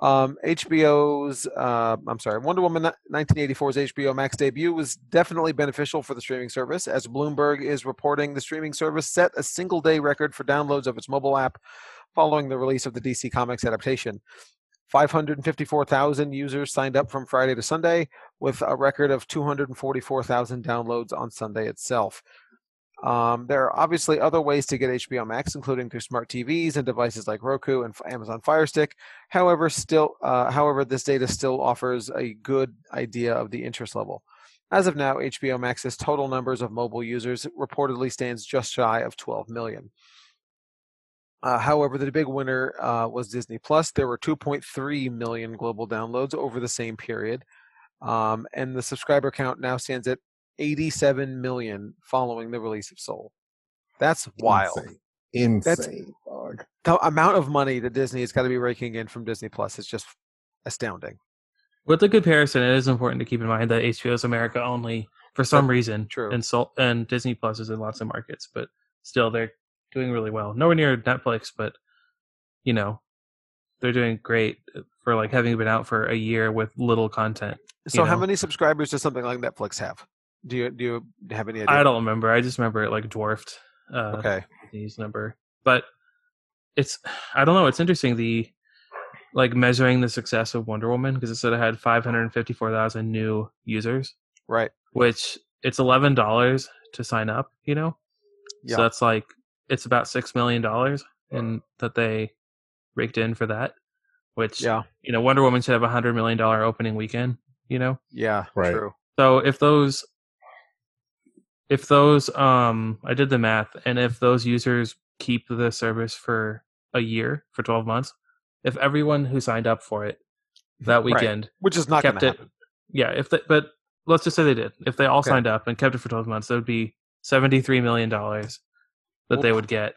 Speaker 1: um, HBO's, uh, I'm sorry, Wonder Woman ni- 1984's HBO Max debut was definitely beneficial for the streaming service, as Bloomberg is reporting the streaming service set a single day record for downloads of its mobile app following the release of the DC Comics adaptation. 554,000 users signed up from Friday to Sunday, with a record of 244,000 downloads on Sunday itself. Um, there are obviously other ways to get HBO Max, including through smart TVs and devices like Roku and F- Amazon Fire Stick. However, still, uh, however, this data still offers a good idea of the interest level. As of now, HBO Max's total numbers of mobile users reportedly stands just shy of 12 million. Uh, however, the big winner uh, was Disney Plus. There were 2.3 million global downloads over the same period, um, and the subscriber count now stands at 87 million following the release of Soul. That's wild.
Speaker 2: Insane. Insane, dog.
Speaker 1: The amount of money that Disney has got to be raking in from Disney Plus is just astounding.
Speaker 3: with the comparison, it is important to keep in mind that HBO is America only for some reason.
Speaker 1: true.
Speaker 3: And Sol- and Disney Plus is in lots of markets, but still they're doing really well. Nowhere near Netflix, but you know they're doing great for like having been out for a year with little content.
Speaker 1: So, how
Speaker 3: know.
Speaker 1: many subscribers does something like Netflix have? Do you do you have any idea?
Speaker 3: I don't remember. I just remember it like dwarfed. Uh,
Speaker 1: Okay,
Speaker 3: Disney's number. But it's I don't know. It's interesting the like measuring the success of Wonder Woman because it said it had 554,000 new users,
Speaker 1: right.
Speaker 3: which it's eleven dollars to sign up. You know,
Speaker 1: Yeah.
Speaker 3: so that's like it's about six million dollars and that they raked in for that. Which
Speaker 1: Yeah,
Speaker 3: you know, Wonder Woman should have a hundred million dollar opening weekend. You know,
Speaker 1: yeah,
Speaker 2: Right.
Speaker 1: true.
Speaker 3: so if those if those um I did the math and if those users keep the service for a year for 12 months, if everyone who signed up for it that
Speaker 1: Right.
Speaker 3: weekend
Speaker 1: which is not going
Speaker 3: kept
Speaker 1: to
Speaker 3: it.
Speaker 1: happen.
Speaker 3: Yeah, if they, but let's just say they did. If they all
Speaker 1: Okay.
Speaker 3: signed up and kept it for 12 months, that would be 73 million dollars that they
Speaker 1: Oof.
Speaker 3: would get,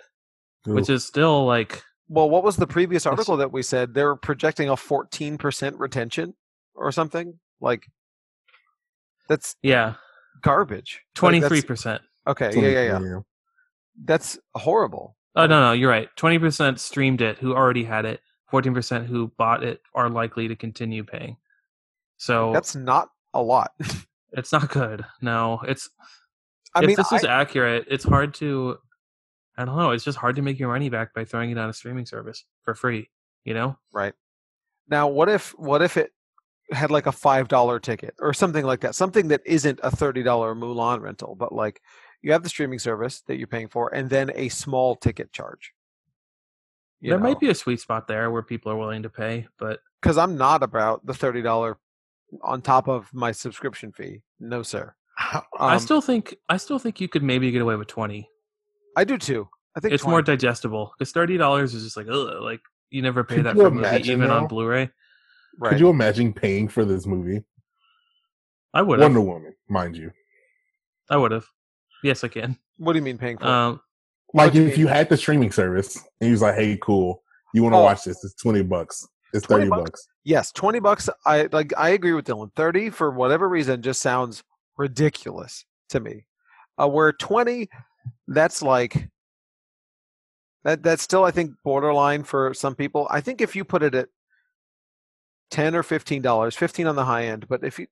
Speaker 2: Ooh.
Speaker 3: which is still like
Speaker 1: Well, what was the previous article that we said they're projecting a 14% retention or something? Like that's
Speaker 3: yeah,
Speaker 1: garbage. Like, that's-
Speaker 3: 23%.
Speaker 1: okay, yeah, yeah, yeah.
Speaker 2: yeah.
Speaker 1: That's horrible.
Speaker 3: oh no, no, you're right. 20% streamed it who already had it. 14% who bought it are likely to continue paying. So
Speaker 1: That's not a lot.
Speaker 3: it's not good. No, it's
Speaker 1: I
Speaker 3: if
Speaker 1: mean,
Speaker 3: this
Speaker 1: I-
Speaker 3: is accurate, it's hard to. I don't know. It's just hard to make your money back by throwing it on a streaming service for free. You know?
Speaker 1: Now, what if what if it had like a five dollar ticket or something like that? Something that isn't a thirty dollar Mulan rental, but like you have the streaming service that you're paying for, and then a small ticket charge.
Speaker 3: there might be a sweet spot there where people are willing to pay, but
Speaker 1: because I'm not about the thirty dollar on top of my subscription fee. No, sir.
Speaker 3: I
Speaker 1: Um,
Speaker 3: still think I still think you could maybe get away with twenty.
Speaker 1: I do too. I think
Speaker 3: It's more
Speaker 1: 20
Speaker 3: digestible because thirty dollars is just like ugh, like you never pay
Speaker 2: Could
Speaker 3: that
Speaker 2: you
Speaker 3: for a movie
Speaker 2: imagine,
Speaker 3: even on
Speaker 2: though?
Speaker 3: Blu-ray.
Speaker 1: right.
Speaker 2: Could you imagine paying for this movie?
Speaker 3: I would
Speaker 2: Wonder
Speaker 3: have.
Speaker 2: Woman, mind you.
Speaker 3: I would have. Yes, I can.
Speaker 1: what do you mean paying for? it?
Speaker 3: Um,
Speaker 2: Like
Speaker 1: do you
Speaker 2: if you had the streaming service and you was like, "Hey, cool, you want to
Speaker 1: Oh.
Speaker 2: watch this? It's twenty bucks. It's
Speaker 1: 20
Speaker 2: thirty
Speaker 1: bucks?
Speaker 2: bucks.
Speaker 1: yes, twenty bucks. I like. I agree with Dylan. Thirty for whatever reason just sounds ridiculous to me. Uh, where twenty, that's like that. That's still, I think, borderline for some people. I think if you put it at ten or fifteen dollars, fifteen on the high end, but if you,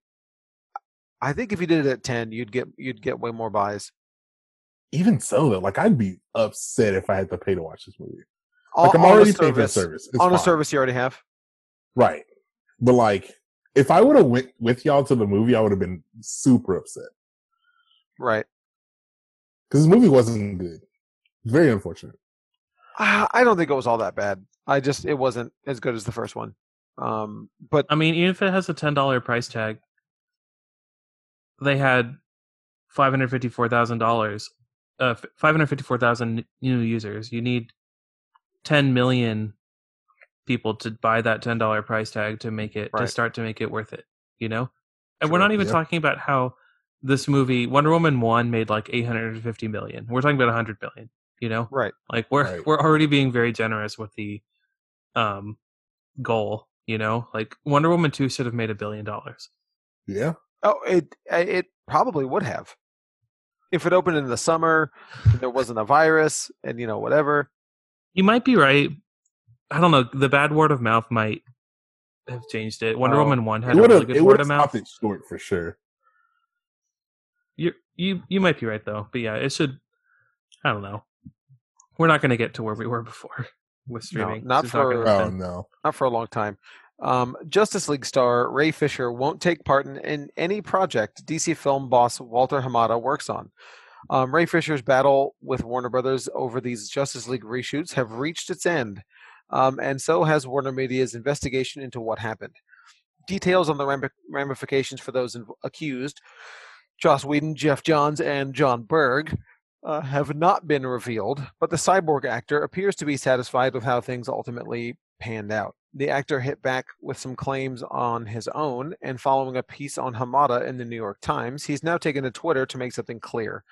Speaker 1: I think if you did it at ten, you'd get you'd get way more buys.
Speaker 2: Even so, though, like I'd be upset if I had to pay to watch this movie.
Speaker 1: All,
Speaker 2: Like I'm
Speaker 1: on a
Speaker 2: already paying for the
Speaker 1: service-
Speaker 2: service. It's
Speaker 1: on a
Speaker 2: fine.
Speaker 1: service you already have.
Speaker 2: right? But like, if I would have went with y'all to the movie, I would have been super upset
Speaker 1: Right.
Speaker 2: because this movie wasn't good. Very unfortunate.
Speaker 1: Ah, I don't think it was all that bad. I just it wasn't as good as the first one. Um, but
Speaker 3: I mean, even if it has a ten dollar price tag, they had five hundred fifty four thousand dollars, uh, five hundred fifty four thousand new users. You need ten million people to buy that ten dollar price tag to make it to
Speaker 1: Right.
Speaker 3: start to make it worth it. You know, and we're
Speaker 2: True,
Speaker 3: not even
Speaker 2: yeah.
Speaker 3: talking about how this movie Wonder Woman one made like eight hundred fifty million. We're talking about hundred million. You know,
Speaker 1: right,
Speaker 3: like we're
Speaker 2: Right.
Speaker 3: we're already being very generous with the um goal, you know? Like Wonder Woman 2 should have made a billion dollars.
Speaker 2: Yeah,
Speaker 1: oh, it I- it probably would have if it opened in the summer. and There wasn't a virus, and you know whatever.
Speaker 3: You might be right. I don't know, the bad word of mouth might have changed it. Wonder
Speaker 1: Oh.
Speaker 3: Woman 1
Speaker 2: it
Speaker 3: had a
Speaker 2: would
Speaker 3: really
Speaker 2: have.
Speaker 3: good
Speaker 2: It would
Speaker 3: word
Speaker 2: have
Speaker 3: of
Speaker 2: stopped
Speaker 3: mouth.
Speaker 2: it short for sure.
Speaker 3: You you you might be right though. But yeah, it should I don't know. We're not going to get to where we were before with streaming.
Speaker 1: not
Speaker 3: It's gonna
Speaker 1: for-
Speaker 2: Oh
Speaker 3: happen.
Speaker 2: no!
Speaker 1: Not for a long time. Um, Justice League star Ray Fisher won't take part in, in any project DC film boss Walter Hamada works on. Um, Ray Fisher's battle with Warner Brothers over these Justice League reshoots have reached its end, um, and so has Warner Media's investigation into what happened. Details on the ramic- ramifications for those inv- accused, Joss Whedon, Jeff Johns, and John Berg, uh, have not been revealed, but the cyborg actor appears to be satisfied with how things ultimately panned out. The actor hit back with some claims on his own, and following a piece on Hamada in the New York Times, he's now taken to Twitter to make something clear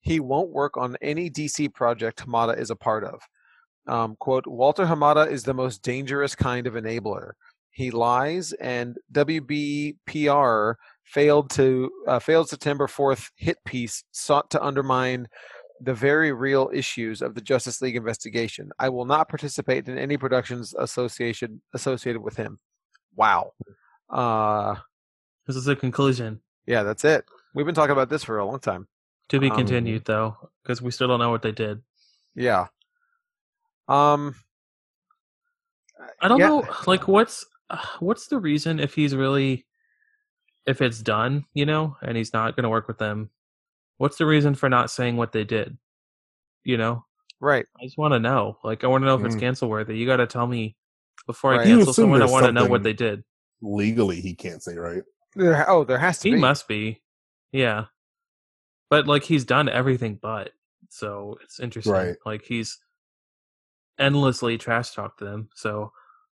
Speaker 1: he won't work on any DC project Hamada is a part of. Um, quote, Walter Hamada is the most dangerous kind of enabler. He lies, and WBPR failed to uh, failed September 4th hit piece sought to undermine the very real issues of the Justice League investigation. I will not participate in any productions association associated with him. Wow. Uh,
Speaker 3: This is a conclusion
Speaker 1: yeah, that's it. We've been talking about this for a long time.
Speaker 3: to be
Speaker 1: Um,
Speaker 3: continued though because we still don't know what they did.
Speaker 1: Yeah. Um.
Speaker 3: I don't
Speaker 1: Yeah.
Speaker 3: know. Like, what's uh, what's the reason if he's really if it's done, you know, and he's not going to work with them? What's the reason for not saying what they did? You know,
Speaker 1: Right.
Speaker 3: I just want to know. Like, I want to know if it's
Speaker 2: Mm.
Speaker 3: cancel worthy. You got to tell me before I
Speaker 1: Right. You
Speaker 3: cancel
Speaker 2: assume
Speaker 3: someone. I
Speaker 2: there's
Speaker 3: want to know what
Speaker 2: something-
Speaker 3: they did.
Speaker 2: Legally, he can't say right.
Speaker 1: There, oh, there has to
Speaker 3: He
Speaker 1: be.
Speaker 3: must be, yeah. but like he's done everything but. So it's interesting.
Speaker 2: Right.
Speaker 3: Like he's endlessly trash talked them. So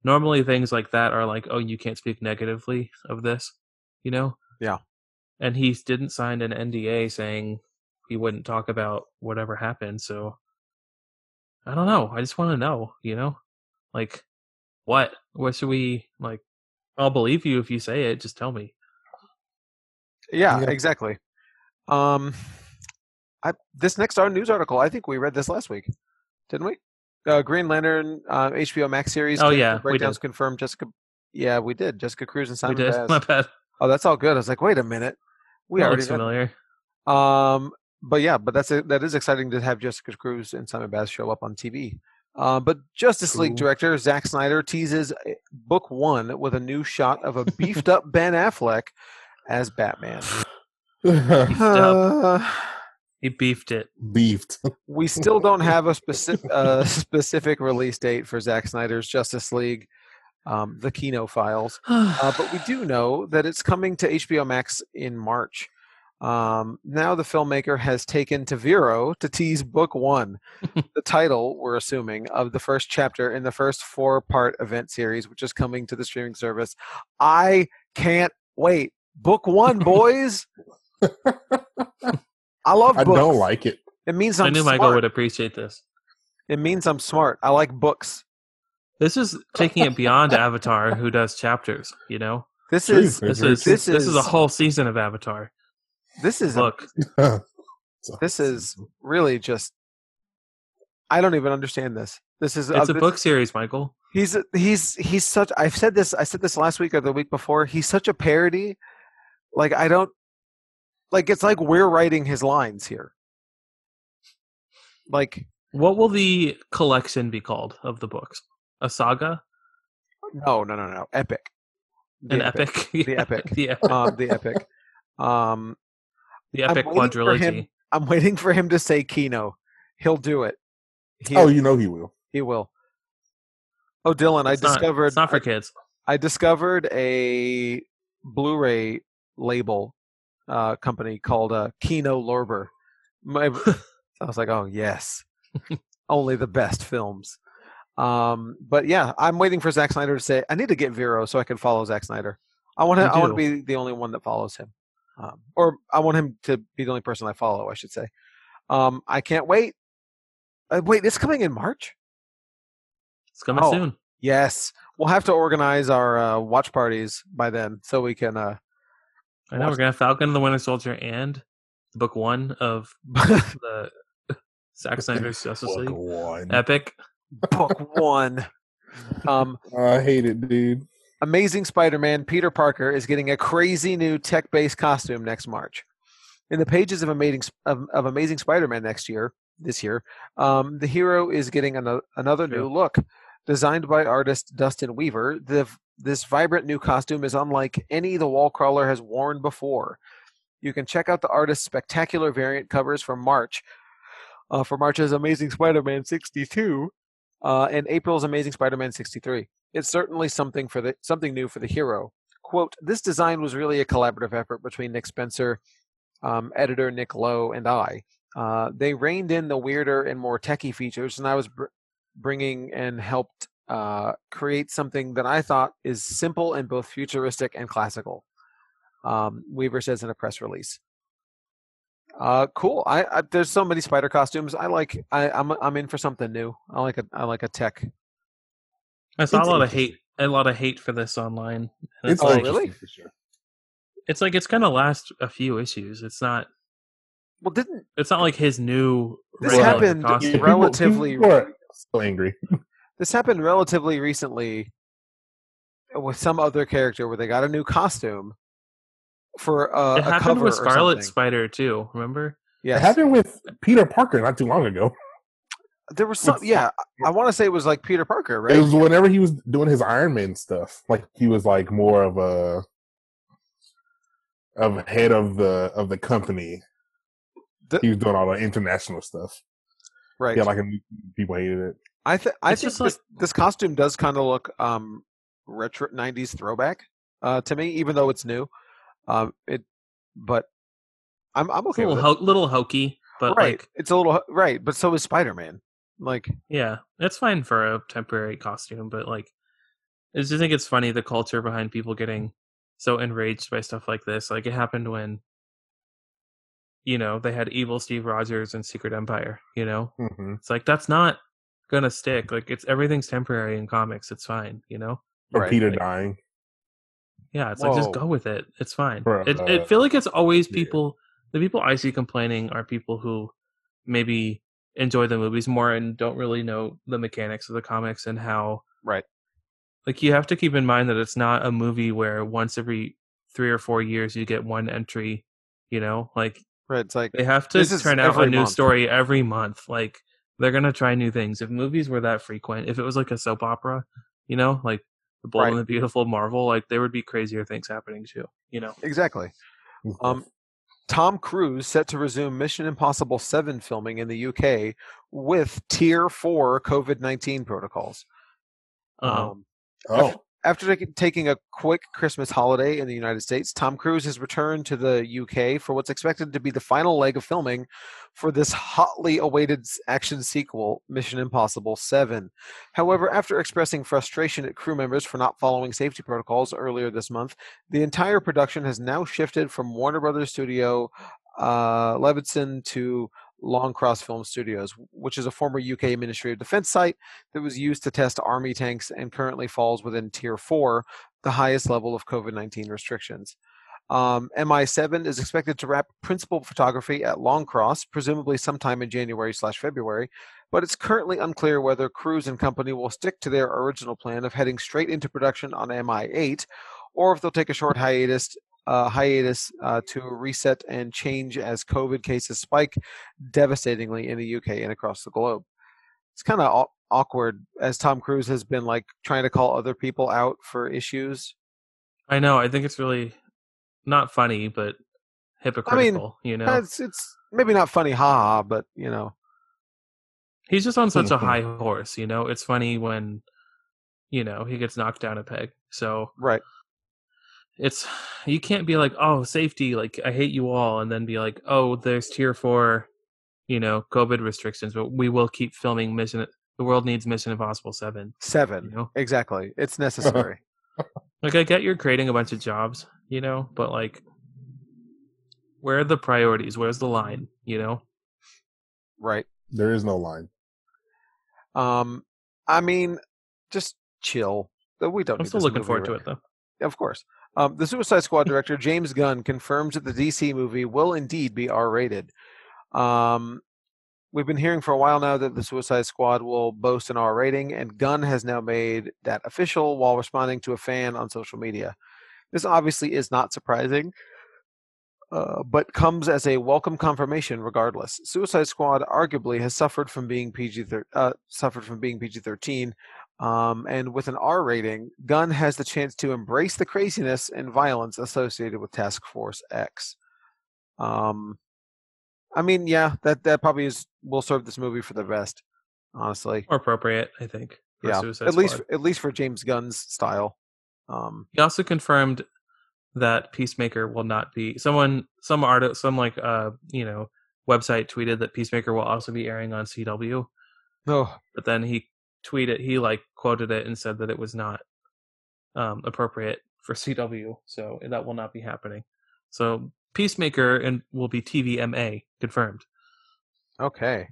Speaker 3: normally things like that are like, oh, you can't speak negatively of this, you know?
Speaker 1: Yeah.
Speaker 3: And he didn't sign an NDA saying he wouldn't talk about whatever happened. So I don't know. I just want to know, you know? Like, what? What should we, like, I'll believe you if you say it. Just tell me.
Speaker 1: Yeah,
Speaker 2: Yeah.
Speaker 1: exactly. Um, I, this next our news article, I think we read this last week, didn't we? Uh, Green Lantern uh, HBO Max series.
Speaker 3: Oh,
Speaker 1: character
Speaker 3: yeah, we
Speaker 1: breakdowns confirmed. Jessica, yeah, we did. Jessica Cruz and Simon
Speaker 3: we did.
Speaker 1: Baez.
Speaker 3: My bad.
Speaker 1: Oh, that's all good. I was like, wait a minute, we
Speaker 3: That
Speaker 1: already.
Speaker 3: looks familiar.
Speaker 1: Read. Um, but yeah, but that's that is exciting to have Jessica Cruz and Simon Bass show up on TV. Uh, but Justice League
Speaker 3: Cool.
Speaker 1: director Zack Snyder teases eh, book one with a new shot of a beefed up Ben Affleck as Batman. Uh,
Speaker 3: He beefed it.
Speaker 2: Beefed.
Speaker 1: we still don't have a specific uh, specific release date for Zack Snyder's Justice League, um, the Kino files, uh, but we do know that it's coming to HBO Max in March. Um, now the filmmaker has taken to Vero to tease book one, the title we're assuming of the first chapter in the first four part event series, which is coming to the streaming service. I can't wait. Book one, boys. I love
Speaker 2: I
Speaker 1: books.
Speaker 2: don't like it.
Speaker 1: it means I'm
Speaker 3: I knew Michael
Speaker 1: smart.
Speaker 3: would appreciate this.
Speaker 1: It means I'm smart. I like books.
Speaker 3: This is taking it beyond Avatar, who does chapters. You know,
Speaker 1: This
Speaker 2: Jeez,
Speaker 1: is
Speaker 3: this
Speaker 2: Richard.
Speaker 3: is
Speaker 1: This
Speaker 3: this, is a
Speaker 1: is-
Speaker 3: whole season of Avatar.
Speaker 1: this is
Speaker 3: Look,
Speaker 1: this is really just. I don't even understand this. This is
Speaker 3: it's
Speaker 1: uh,
Speaker 3: a book series, Michael.
Speaker 1: He's uh, he's he's such. I've said this. I said this last week or the week before. He's such a parody. Like I don't. Like it's like we're writing his lines here. Like
Speaker 3: What will the collection be called of the books? A saga,
Speaker 1: no no no no epic. The
Speaker 3: an epic,
Speaker 1: The epic.
Speaker 3: the, ep-
Speaker 1: um, the epic. Um,
Speaker 3: the
Speaker 1: I'm
Speaker 3: epic
Speaker 1: waiting for him.
Speaker 3: quadrilogy.
Speaker 1: I'm waiting for him to say Kino. He'll do it. He,
Speaker 2: Oh, you know he will.
Speaker 1: He will. Oh, Dylan, I
Speaker 3: It's not-
Speaker 1: discovered
Speaker 3: it's not for kids.
Speaker 1: I discovered a Blu-ray label uh, company called uh, Kino Lorber. My, I was like, oh yes, only the best films. Um, but yeah, I'm waiting for Zack Snyder to say I need to get Vero so I can follow Zack Snyder. I want to.
Speaker 3: You
Speaker 1: I want to
Speaker 3: do.
Speaker 1: be the only one that follows him, um, or I want him to be the only person I follow. I should say. Um, I can't wait. Uh, wait, it's coming in March.
Speaker 3: It's coming
Speaker 1: Oh.
Speaker 3: soon.
Speaker 1: Yes, we'll have to organize our uh, watch parties by then, so we can. Uh,
Speaker 3: I know we're gonna have Falcon and the Winter Soldier and book one of the Zack Snyder's Justice
Speaker 2: Fuck
Speaker 3: League.
Speaker 2: one.
Speaker 3: Epic.
Speaker 1: book one. Um,
Speaker 2: Oh, I hate it, dude.
Speaker 1: Amazing Spider-Man Peter Parker is getting a crazy new tech-based costume next March. In the pages of Amazing of, of Amazing Spider-Man next year, this year, um, the hero is getting ano- another new look, designed by artist Dustin Weaver. The this vibrant new costume is unlike any the wall crawler has worn before. You can check out the artist's spectacular variant covers for March, uh, for March's Amazing Spider-Man 62, uh, and April's Amazing Spider-Man 63. It's certainly something for the something new for the hero. Quote: This design was really a collaborative effort between Nick Spencer, um, editor Nick Lowe, and I. Uh, they reined in the weirder and more techie features, and I was br- bringing and helped uh, create something that I thought is simple and both futuristic and classical. Um, Weaver says in a press release. Uh, cool. I, I there's so many spider costumes. I like. I, I'm I'm in for something new. I like a I like a tech.
Speaker 3: I saw
Speaker 2: It's
Speaker 3: a lot of hate. A lot of hate for this online. And it's
Speaker 2: It's
Speaker 1: Oh,
Speaker 3: like
Speaker 1: really?
Speaker 2: For sure.
Speaker 3: it's like it's gonna last a few issues. It's not.
Speaker 1: Well, didn't
Speaker 3: It's not like his new.
Speaker 1: This
Speaker 3: regular
Speaker 1: happened-
Speaker 2: Yeah,
Speaker 3: costume.
Speaker 2: people-
Speaker 1: Relatively-
Speaker 2: people are so angry.
Speaker 1: this happened relatively recently with some other character where they got a new costume for uh,
Speaker 3: it
Speaker 1: a
Speaker 3: happened
Speaker 1: cover
Speaker 3: with
Speaker 1: or
Speaker 3: Scarlet
Speaker 1: something.
Speaker 3: Spider too. Remember?
Speaker 2: It
Speaker 1: Yes.
Speaker 2: happened with Peter Parker not too long ago.
Speaker 1: there was some.
Speaker 2: with-
Speaker 1: Yeah, I- I want to say it was like Peter Parker,
Speaker 2: It
Speaker 1: right?
Speaker 2: was whenever he was doing his Iron Man stuff. Like he was like more of a of head of the of the company.
Speaker 1: The-
Speaker 2: he was doing all the international stuff.
Speaker 1: right.
Speaker 2: Yeah, like a, people hated it.
Speaker 1: I, th- I
Speaker 3: It's
Speaker 1: think
Speaker 3: just
Speaker 1: this, this costume does kind of look um, retro '90s throwback uh, to me, even though it's new. Um, it, but I'm I'm
Speaker 3: It's
Speaker 1: okay
Speaker 3: a
Speaker 1: with
Speaker 3: little
Speaker 1: it.
Speaker 3: ho- little hokey, but
Speaker 1: right.
Speaker 3: like
Speaker 1: it's a little right, but so is Spider Man. Like
Speaker 3: yeah, it's fine for a temporary costume, but like I just think it's funny the culture behind people getting so enraged by stuff like this. Like it happened when you know, they had evil Steve Rogers and Secret Empire, you know?
Speaker 2: hmm
Speaker 3: It's like that's not gonna stick. Like it's everything's temporary in comics, it's fine, you know?
Speaker 2: Or
Speaker 1: Right,
Speaker 2: Peter
Speaker 3: like-
Speaker 2: dying.
Speaker 3: Yeah, it's like just
Speaker 1: Whoa.
Speaker 3: go with it. It's fine.
Speaker 2: Bruh.
Speaker 3: It, it feel like it's always
Speaker 2: Yeah.
Speaker 3: people. The people I see complaining are people who maybe enjoy the movies more and don't really know the mechanics of the comics and how.
Speaker 1: Right.
Speaker 3: Like you have to keep in mind that it's not a movie where once every three or four years you get one entry. You know, like
Speaker 1: right, it's like
Speaker 3: they have to
Speaker 1: This is
Speaker 3: turn out a
Speaker 1: every
Speaker 3: new
Speaker 1: month.
Speaker 3: story every month. Like they're gonna try new things. If movies were that frequent, if it was like a soap opera, you know, like the Bold
Speaker 1: Right.
Speaker 3: and the Beautiful, Marvel, like there would be crazier things happening too. You know,
Speaker 1: exactly. Um, Tom Cruise set to resume Mission Impossible Seven filming in the UK with Tier Four COVID nineteen protocols. Uh-huh.
Speaker 3: um,
Speaker 2: oh,
Speaker 1: After tak- taking a quick Christmas holiday in the United States, Tom Cruise has returned to the UK for what's expected to be the final leg of filming for this hotly awaited s- action sequel, Mission Impossible 7. However, after expressing frustration at crew members for not following safety protocols earlier this month, the entire production has now shifted from Warner Brothers Studio uh, Levinson to Long Cross Film Studios, which is a former UK Ministry of Defense site that was used to test army tanks and currently falls within Tier 4, the highest level of COVID 19 restrictions. Um, MI7 is expected to wrap principal photography at Long Cross, presumably sometime in January slash February, but it's currently unclear whether Cruise and company will stick to their original plan of heading straight into production on MI8, or if they'll take a short hiatus. Uh, hiatus uh, to reset and change as COVID cases spike devastatingly in the UK and across the globe it's kind of awkward as Tom Cruise has been like trying to call other people out for issues.
Speaker 3: I know. I think it's really not funny, but hypocritical. you know,
Speaker 1: It's it's maybe not funny, haha, but you know,
Speaker 3: he's just on such a
Speaker 2: Mhm.
Speaker 3: high horse. You know, it's funny when you know he gets knocked down a peg. So
Speaker 1: right?
Speaker 3: it's you can't be like, oh, safety, like I hate you all, and then be like, oh, there's tier four, you know, COVID restrictions, but we will keep filming Mission. The world needs Mission Impossible Seven. You
Speaker 1: Seven,
Speaker 3: know,
Speaker 1: exactly. It's necessary.
Speaker 3: like I get you're creating a bunch of jobs, you know, but like, where are the priorities? Where's the line? You know.
Speaker 1: right.
Speaker 2: there is no line.
Speaker 1: Um, I mean, just chill. We don't.
Speaker 3: I'm
Speaker 1: need
Speaker 3: still
Speaker 1: this
Speaker 3: looking
Speaker 1: movie
Speaker 3: forward
Speaker 1: right
Speaker 3: to it though.
Speaker 1: Of course. Um, the Suicide Squad director James Gunn confirms that the DC movie will indeed be R rated. Um, we've been hearing for a while now that the Suicide Squad will boast an R rating, and Gunn has now made that official while responding to a fan on social media. This obviously is not surprising, uh, but comes as a welcome confirmation regardless. Suicide Squad arguably has suffered from being PG thir- uh, suffered from being PG thirteen um, and with an R rating, Gunn has the chance to embrace the craziness and violence associated with Task Force X. Um, I mean, yeah, that that probably is will serve this movie for the best, honestly.
Speaker 3: More appropriate, I think. for
Speaker 1: yeah,
Speaker 3: Suicide
Speaker 1: at least
Speaker 3: Squad.
Speaker 1: at least for James Gunn's style. Um,
Speaker 3: he also confirmed that Peacemaker will not be someone. Some artist, some like uh, you know, website tweeted that Peacemaker will also be airing on CW,
Speaker 1: oh,
Speaker 3: but then he tweeted he like quoted it and said that it was not um appropriate for CW, so that will not be happening. So Peacemaker and will be TVMA confirmed.
Speaker 1: okay.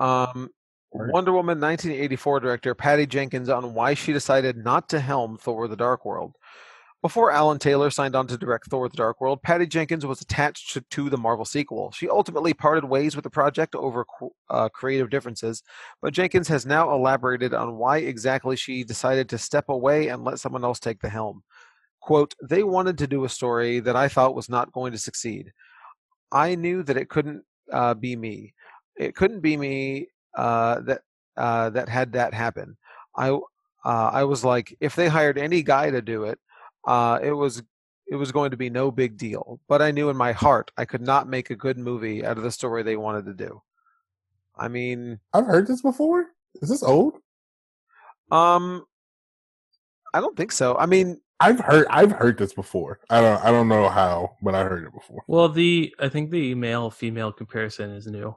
Speaker 1: Um,
Speaker 2: Word.
Speaker 1: Wonder Woman 1984 director Patty Jenkins on why she decided not to helm Thor the Dark World. Before Alan Taylor signed on to direct Thor the Dark World, Patty Jenkins was attached to, to the Marvel sequel. She ultimately parted ways with the project over qu- uh, creative differences, but Jenkins has now elaborated on why exactly she decided to step away and let someone else take the helm. Quote, They wanted to do a story that I thought was not going to succeed. I knew that it couldn't uh, be me. It couldn't be me uh, that uh, that had that happen. I uh, I was like, if they hired any guy to do it, uh, it was it was going to be no big deal. But I knew in my heart I could not make a good movie out of the story they wanted to do. I mean,
Speaker 2: I've heard this before. Is this old?
Speaker 1: um, I don't think so. I mean,
Speaker 2: I've heard I've heard this before. I don't I don't know how, but I heard it before.
Speaker 3: Well, the I think the male female comparison is new.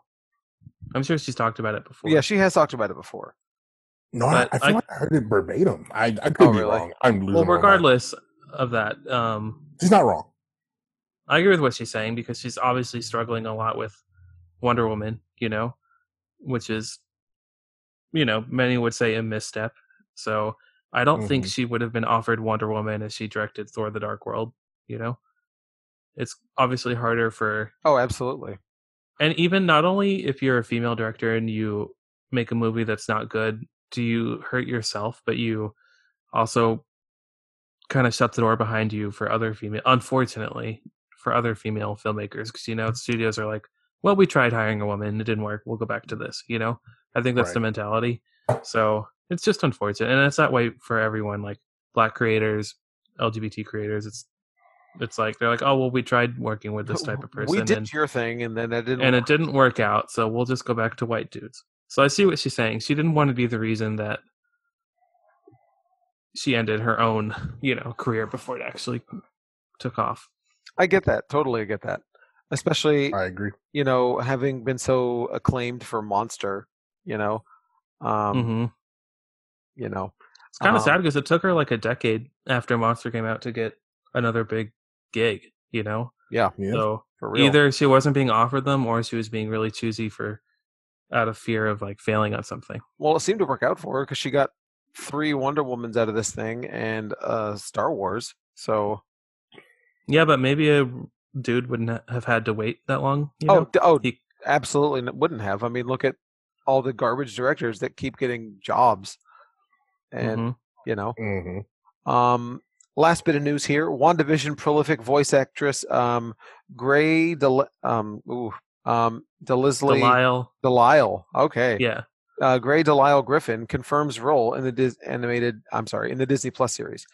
Speaker 3: I'm sure she's talked about it before.
Speaker 1: Yeah, she has talked about it before.
Speaker 2: No, I,
Speaker 3: But
Speaker 2: I feel
Speaker 3: I-
Speaker 2: like I heard it verbatim. I, I could
Speaker 1: Oh,
Speaker 2: be
Speaker 1: really?
Speaker 2: wrong. I'm losing.
Speaker 3: well,
Speaker 2: my mind.
Speaker 3: regardless of that, um,
Speaker 2: he's not wrong.
Speaker 3: I agree with what she's saying because she's obviously struggling a lot with Wonder Woman, you know, which is, you know, many would say a misstep. So I don't think
Speaker 2: Mhm.
Speaker 3: she would have been offered Wonder Woman if she directed Thor the Dark World, you know? It's obviously harder for,
Speaker 1: Oh, absolutely.
Speaker 3: and even not only if you're a female director and you make a movie that's not good, do you hurt yourself, but you also kind of shut the door behind you for other female unfortunately for other female filmmakers because you
Speaker 1: Mm.
Speaker 3: know studios are like well we tried hiring a woman it didn't work we'll go back to this you know i think that's the
Speaker 2: Right.
Speaker 3: mentality so it's just unfortunate and it's that way for everyone like black creators lgbt creators it's it's like they're like oh well we tried working with this type of person
Speaker 1: We did
Speaker 3: and,
Speaker 1: your thing, and then that didn't.
Speaker 3: and
Speaker 1: work.
Speaker 3: it didn't work out so we'll just go back to white dudes so i see what she's saying she didn't want to be the reason that she ended her own you know career before it actually took off
Speaker 1: I get that. Totally, get that. Especially,
Speaker 2: I agree.
Speaker 1: you know, having been so acclaimed for Monster, you know, um,
Speaker 3: hmm
Speaker 1: you know,
Speaker 3: it's kind
Speaker 1: um,
Speaker 3: of sad because it took her like a decade after monster came out to get another big gig you know
Speaker 2: Yeah.
Speaker 3: so
Speaker 1: for real.
Speaker 3: either she wasn't being offered them or she was being really choosy for out of fear of like failing on something
Speaker 1: Well, it seemed to work out for her because she got three Wonder Womans out of this thing and uh, Star Wars. So,
Speaker 3: yeah but maybe a dude wouldn't have had to wait that long you
Speaker 1: oh,
Speaker 3: know?
Speaker 1: d- oh,
Speaker 3: he-
Speaker 1: absolutely n- wouldn't have. I mean, look at all the garbage directors that keep getting jobs, and
Speaker 3: Mhm.
Speaker 1: you know.
Speaker 2: hmm
Speaker 1: Um, last bit of news here: WandaVision prolific voice actress um, Gray Del- um, ooh, um, Delisley
Speaker 3: Delisle.
Speaker 1: Delisle. Okay,
Speaker 3: Yeah.
Speaker 1: uh, Gray Delisle Griffin confirms role in the Dis- animated. I'm sorry, in the Disney Plus series,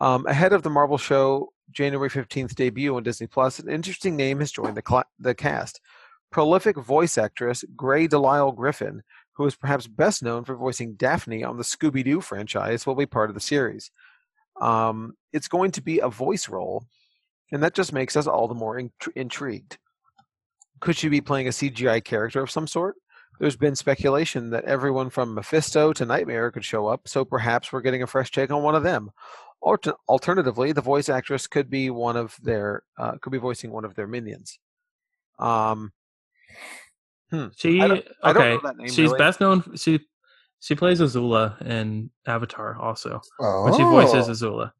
Speaker 1: um, ahead of the Marvel show January 15th debut on Disney Plus. An interesting name has joined the cla the cast. Prolific voice actress Gray Delisle Griffin, who is perhaps best known for voicing Daphne on the Scooby Doo franchise, will be part of the series. Um, it's going to be a voice role, and that just makes us all the more intri- intrigued. Could she be playing a CGI character of some sort? There's been speculation that everyone from Mephisto to Nightmare could show up, so perhaps we're getting a fresh take on one of them. Alter- alternatively, the voice actress could be one of their uh, could be voicing one of their minions. Um,
Speaker 3: She
Speaker 1: I don't- I don't know
Speaker 3: okay.
Speaker 1: that name,
Speaker 3: She's
Speaker 1: really.
Speaker 3: best known she she plays Azula in Avatar also.
Speaker 2: Oh.
Speaker 3: But she voices Azula.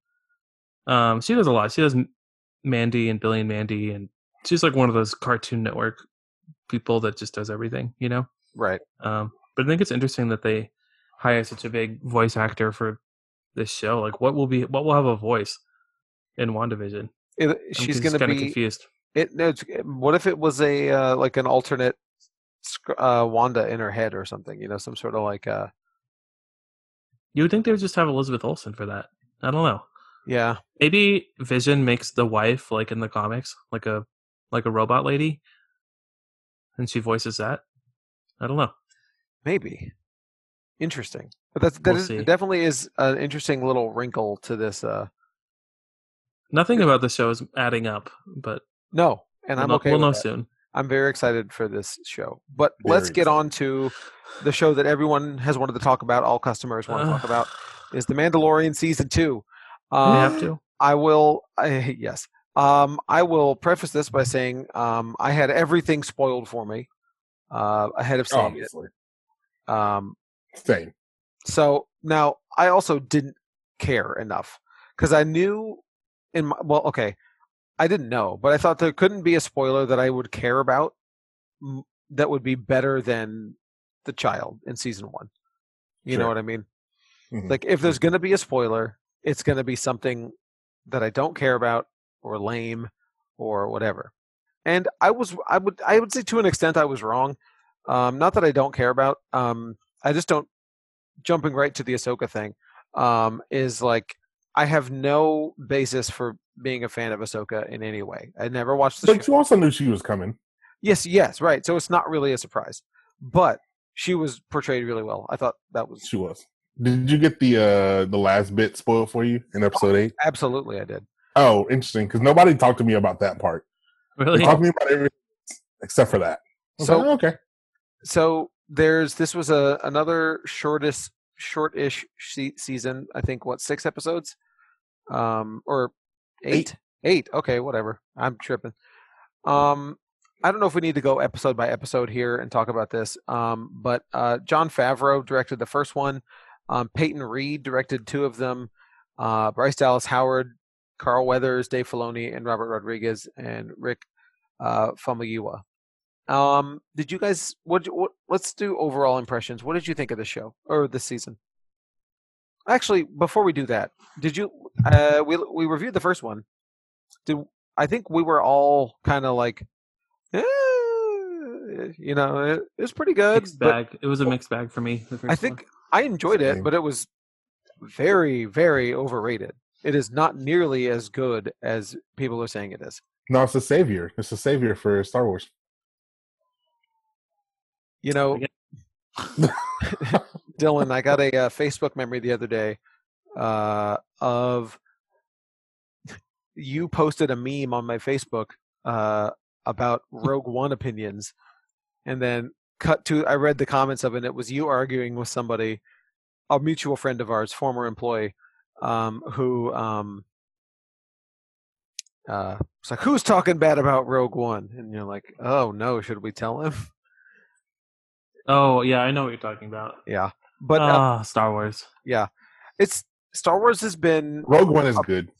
Speaker 3: Um she does a lot. She does M- Mandy and Billy and Mandy and she's like one of those cartoon network people that just does everything, you know?
Speaker 1: right.
Speaker 3: Um but I think it's interesting that they hire such a big voice actor for this show. Like what will be what will have a voice in WandaVision?
Speaker 1: It- she's going to
Speaker 3: kind of
Speaker 1: be
Speaker 3: confused.
Speaker 1: It no. It's, eh, what if it was a uh, like an alternate sc- uh, Wanda in her head or something? You know, some sort of like uh,
Speaker 3: You would think they would just have Elizabeth Olsen for that. I don't know.
Speaker 1: yeah,
Speaker 3: Maybe Vision makes the wife like in the comics, like a like a robot lady, and she voices that. I don't know.
Speaker 1: maybe interesting. But that's that
Speaker 3: We'll
Speaker 1: is-
Speaker 3: see.
Speaker 1: definitely is an interesting little wrinkle to this. Uh,
Speaker 3: Nothing about the show is adding up, but
Speaker 1: no, and I'm
Speaker 3: we'll,
Speaker 1: okay.
Speaker 3: we'll know
Speaker 1: with that.
Speaker 3: soon.
Speaker 1: I'm very excited for this show. But let's
Speaker 2: Very
Speaker 1: get
Speaker 2: excited.
Speaker 1: on to the show that everyone has wanted to talk about. All customers want to talk
Speaker 3: Ugh.
Speaker 1: about is the Mandalorian season two.
Speaker 3: We
Speaker 1: Um,
Speaker 3: have to.
Speaker 1: I will. I, yes. Um, I will preface this by saying um, I had everything spoiled for me uh, ahead
Speaker 2: Oh,
Speaker 1: of seeing
Speaker 2: Obviously.
Speaker 1: it. Um,
Speaker 2: Same.
Speaker 1: so now I also didn't care enough because I knew in my well, okay, I didn't know, but I thought there couldn't be a spoiler that I would care about m- that would be better than the child in season one. You know
Speaker 2: Sure.
Speaker 1: what I mean?
Speaker 2: Mhm.
Speaker 1: Like if there's gonna be a spoiler, it's gonna be something that I don't care about or lame or whatever. And I was I would I would say to an extent I was wrong. Um, not that I don't care about. Um, I just don't jumping right to the Ahsoka thing, um, is like I have no basis for being a fan of Ahsoka in any way. I never watched the show.
Speaker 2: But you also knew she was coming.
Speaker 1: Yes, yes, right. So it's not really a surprise, but she was portrayed really well. I thought that was
Speaker 2: She was. Did you get the uh the last bit spoiled for you in episode eight?
Speaker 1: Absolutely, I did.
Speaker 2: Oh, interesting. Because nobody talked to me about that part. They
Speaker 3: Really?
Speaker 2: talked to me about everything except for that. I was
Speaker 1: So-
Speaker 2: like, "Oh, okay.
Speaker 1: so there's this was a another shortest shortish se- season i think what six episodes um or eight eight okay whatever i'm tripping um i don't know if we need to go episode by episode here and talk about this um but uh john favreau directed the first one um peyton reed directed two of them uh bryce dallas howard carl weathers dave filoni and robert rodriguez and rick uh famuyiwa um, did you guys? What, what? Let's do overall impressions. What did you think of the show or the season? Actually, before we do that, did you? Uh, we we reviewed the first one. Did I think we were all kind of like, "Eh," you know, it, it was pretty good.
Speaker 3: Mixed
Speaker 1: but oh.
Speaker 3: bag. It was a mixed bag for me. The first
Speaker 1: I
Speaker 3: one.
Speaker 1: think I enjoyed it,
Speaker 2: Same.
Speaker 1: but it was very, very overrated. It is not nearly as good as people are saying it is.
Speaker 2: No, it's a savior. It's a savior for Star Wars.
Speaker 1: You know, Dylan, I got a uh, Facebook memory the other day uh, of you posted a meme on my Facebook uh, about Rogue One opinions, and then cut to I read the comments of it. And it was you arguing with somebody, a mutual friend of ours, former employee, um, who um, uh, it's like, "Who's talking bad about Rogue One?" And you're like, "Oh no, should we tell him?"
Speaker 3: Oh yeah, I know what you're talking about.
Speaker 1: Yeah, but uh,
Speaker 3: Ah, Star Wars.
Speaker 1: yeah, it's Star Wars has been
Speaker 2: Rogue One is good.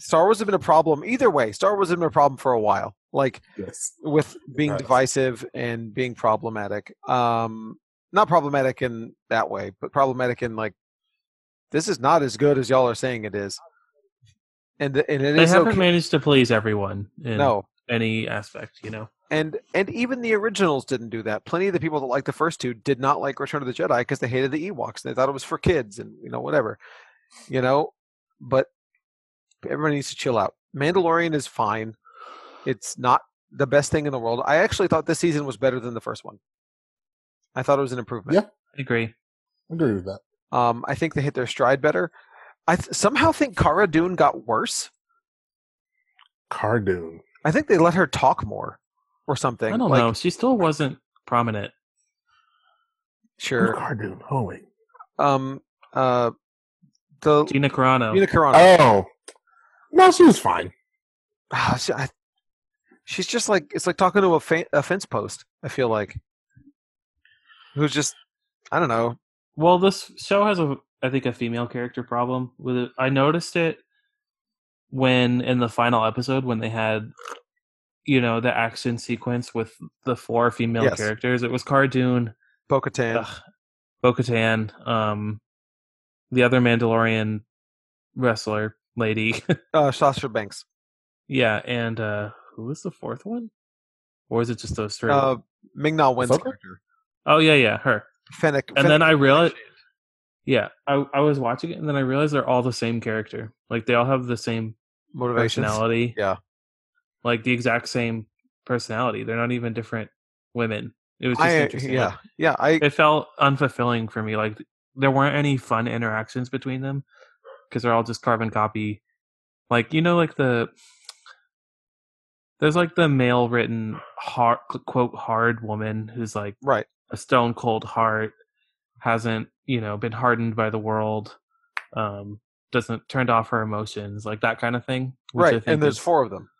Speaker 1: Star Wars has been a problem either way. Star Wars has been a problem for a while, like
Speaker 2: Yes.
Speaker 1: with being
Speaker 2: Right.
Speaker 1: divisive and being problematic. Um, not problematic in that way, but problematic in like this is not as good as y'all are saying it is. And and it
Speaker 3: They
Speaker 1: is
Speaker 3: haven't
Speaker 1: okay.
Speaker 3: managed to please everyone in
Speaker 1: no,
Speaker 3: any aspect, you know.
Speaker 1: and and even the originals didn't do that. Plenty of the people that liked the first two did not like Return of the Jedi because they hated the Ewoks. They thought it was for kids and you know whatever, you know. But everybody needs to chill out. Mandalorian is fine. It's not the best thing in the world. I actually thought this season was better than the first one. I thought it was an improvement.
Speaker 2: Yeah.
Speaker 3: I agree.
Speaker 2: I agree with that.
Speaker 1: Um, I think they hit their stride better. I th- somehow think Cara Dune got worse.
Speaker 2: Cardoon.
Speaker 1: I think they let her talk more or something.
Speaker 3: I don't
Speaker 1: like,
Speaker 3: know. She still wasn't prominent.
Speaker 2: Who's
Speaker 1: Sure.
Speaker 2: Cardoon. Oh wait.
Speaker 1: Um. Uh. The
Speaker 3: Gina Carano.
Speaker 1: Gina Carano.
Speaker 2: Oh. No, she was fine.
Speaker 1: Ah, she- I- she's just like it's like talking to a, fa- a fence post. I feel like who's just I don't know.
Speaker 3: Well, this show has a I think a female character problem with it. I noticed it when in the final episode when they had you know the action sequence with the four female
Speaker 1: Yes.
Speaker 3: characters. It was Cara Dune,
Speaker 1: Bo-Katan.
Speaker 3: ugh, Bo-Katan, um, the other Mandalorian wrestler lady.
Speaker 1: Uh, Sasha Banks.
Speaker 3: yeah, and uh who was the fourth one? Or is it just those three?
Speaker 1: Uh, Ming-Na Wen's
Speaker 2: Ahsoka?
Speaker 1: character.
Speaker 3: oh yeah, yeah, her.
Speaker 1: Fennec.
Speaker 3: And then
Speaker 1: Fennec-
Speaker 3: I realized Yeah, I I was watching it and then I realized they're all the same character. Like they all have the same
Speaker 1: motivations.
Speaker 3: personality.
Speaker 1: Yeah.
Speaker 3: Like the exact same personality. They're not even different women. It was just
Speaker 1: I,
Speaker 3: interesting.
Speaker 1: yeah,
Speaker 3: Like,
Speaker 1: yeah. I
Speaker 3: it felt unfulfilling for me. Like there weren't any fun interactions between them because they're all just carbon copy. Like you know, like the there's like the male written hard quote hard woman who's like
Speaker 1: right.
Speaker 3: a stone cold heart hasn't you know been hardened by the world um doesn't turned off her emotions like that kind of thing which I
Speaker 1: Right.
Speaker 3: think
Speaker 1: And there's
Speaker 3: is-
Speaker 1: four of them.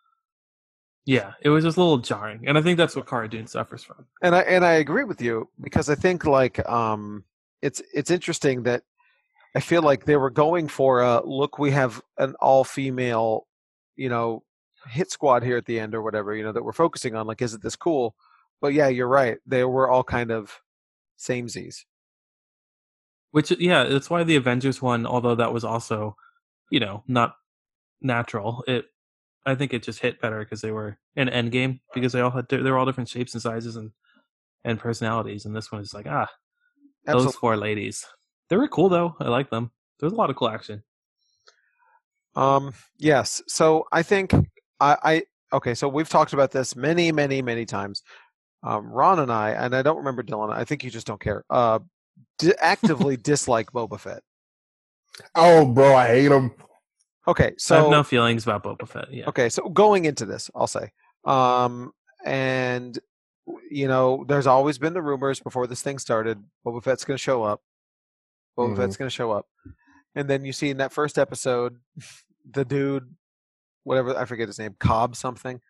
Speaker 3: yeah it was just a little jarring and i think that's what cara dune suffers from
Speaker 1: And I and I agree with you because I think like um it's it's interesting that I feel like they were going for a look we have an all female, you know, hit squad here at the end or whatever, you know, that we're focusing on like isn't this cool? But yeah, you're right. They were all kind of samesies.
Speaker 3: which yeah that's why the avengers one although that was also you know not natural it i think it just hit better because they were in endgame because they all had they were all different shapes and sizes and and personalities and this one is like ah
Speaker 1: Absolutely.
Speaker 3: those four ladies. They were cool though. I like them. There's a lot of cool action.
Speaker 1: Um, yes. So I think I, I okay. So we've talked about this many, many, many times. Um, Ron and I, and I don't remember Dylan. I think you just don't care. Uh, di- actively dislike Boba Fett.
Speaker 2: Oh, bro, I hate him.
Speaker 1: Okay, so
Speaker 3: I have no feelings about Boba Fett. Yeah.
Speaker 1: Okay, so going into this, I'll say, um, and you know, there's always been the rumors before this thing started. Boba Fett's going to show up. Boba
Speaker 2: Mhm.
Speaker 1: Fett's going to show up, and then you see in that first episode, the dude, whatever I forget his name, Cobb something,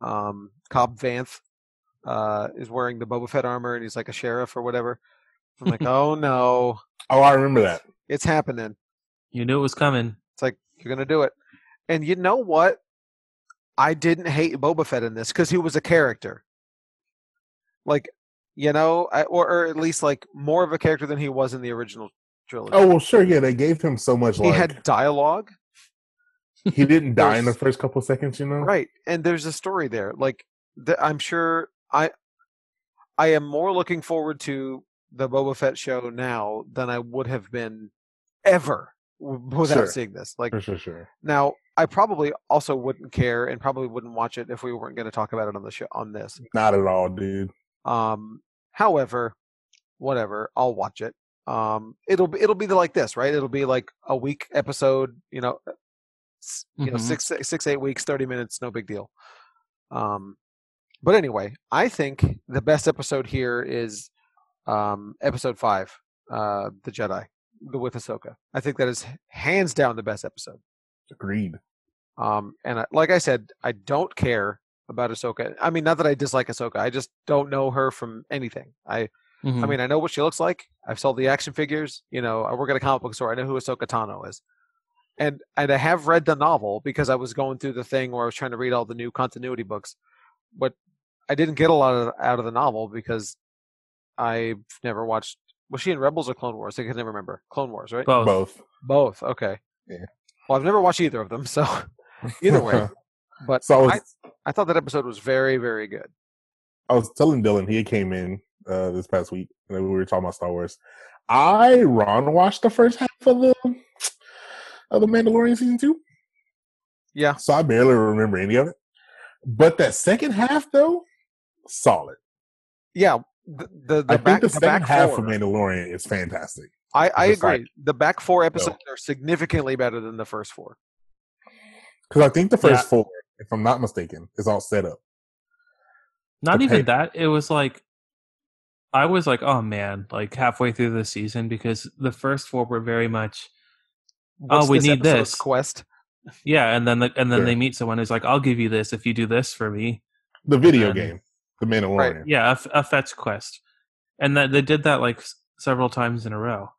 Speaker 1: um, Cobb Vanth, uh, is wearing the Boba Fett armor, and he's like a sheriff or whatever. I'm like, oh no,
Speaker 2: Oh, I remember that.
Speaker 1: it's happening.
Speaker 3: You knew it was coming.
Speaker 1: It's like you're gonna do it. And you know what? I didn't hate Boba Fett in this because he was a character. Like, you know, I, or, or at least like more of a character than he was in the original trilogy.
Speaker 2: Oh well, sure, yeah. They gave him so much.
Speaker 1: he
Speaker 2: Like, he,
Speaker 1: had dialogue,
Speaker 2: didn't die in the
Speaker 1: there's-
Speaker 2: first couple seconds, you know.
Speaker 1: right? And there's a story there. Like, th- I'm sure I, I am more looking forward to the Boba Fett show now than I would have been ever w- without
Speaker 2: Sure.
Speaker 1: seeing this. Like,
Speaker 2: For sure, sure.
Speaker 1: Now, I probably also wouldn't care and probably wouldn't watch it if we weren't going to talk about it on the show on this.
Speaker 2: Not at all, dude.
Speaker 1: Um, however, whatever, I'll watch it. Um, it'll be it'll be like this, right? It'll be like a week episode, you know, uh, s- you know,
Speaker 3: Mhm.
Speaker 1: six six eight weeks, thirty minutes, no big deal. Um, but anyway, I think the best episode here is um, episode five, uh, the Jedi, the with Ahsoka. I think that is h- hands down the best episode.
Speaker 2: Agreed.
Speaker 1: Um, and I, like I said, I don't care about Ahsoka. I mean, not that I dislike Ahsoka. I just don't know her from anything. I, I
Speaker 3: Mhm.
Speaker 1: mean, I know what she looks like. I've sold the action figures. You know, I work at a comic book store. I know who Ahsoka Tano is, and and I have read the novel because I was going through the thing where I was trying to read all the new continuity books, but I didn't get a lot of, out of the novel because I've never watched. Was she in Rebels or Clone Wars? I can never remember. Clone Wars, right?
Speaker 3: both.
Speaker 2: Both.
Speaker 1: Both. Okay.
Speaker 2: Yeah.
Speaker 1: Well, I've never watched either of them, so either way. But
Speaker 2: so I was,
Speaker 1: I thought that episode was very, very good.
Speaker 2: I was telling Dylan he came in uh, this past week and we were talking about Star Wars. I Ron watched the first half of the of the Mandalorian season two,
Speaker 1: Yeah.
Speaker 2: so I barely remember any of it. But that second half though, solid.
Speaker 1: Yeah. The the, the
Speaker 2: I
Speaker 1: back,
Speaker 2: think the
Speaker 1: the
Speaker 2: second
Speaker 1: back
Speaker 2: half
Speaker 1: four.
Speaker 2: of Mandalorian is fantastic.
Speaker 1: I, I
Speaker 2: just like-
Speaker 1: agree. The back four episodes are significantly better than the first four.
Speaker 2: Because I think the first
Speaker 3: Yeah.
Speaker 2: four, if I'm not mistaken, is all set up.
Speaker 3: Not
Speaker 2: the
Speaker 3: even
Speaker 2: pay-
Speaker 3: that. It was like I was like, oh man, like halfway through the season because the first four were very much
Speaker 1: What's
Speaker 3: Oh, we need
Speaker 1: episode's
Speaker 3: this.
Speaker 1: quest.
Speaker 3: yeah, and then the, and then
Speaker 2: Sure.
Speaker 3: they meet someone who's like, I'll give you this if you do this for me.
Speaker 2: The video
Speaker 1: Mm-hmm.
Speaker 3: Um,
Speaker 2: game, The Mandalorian.
Speaker 3: Yeah, a, f- a fetch quest, and that they did that like s- several times in a row.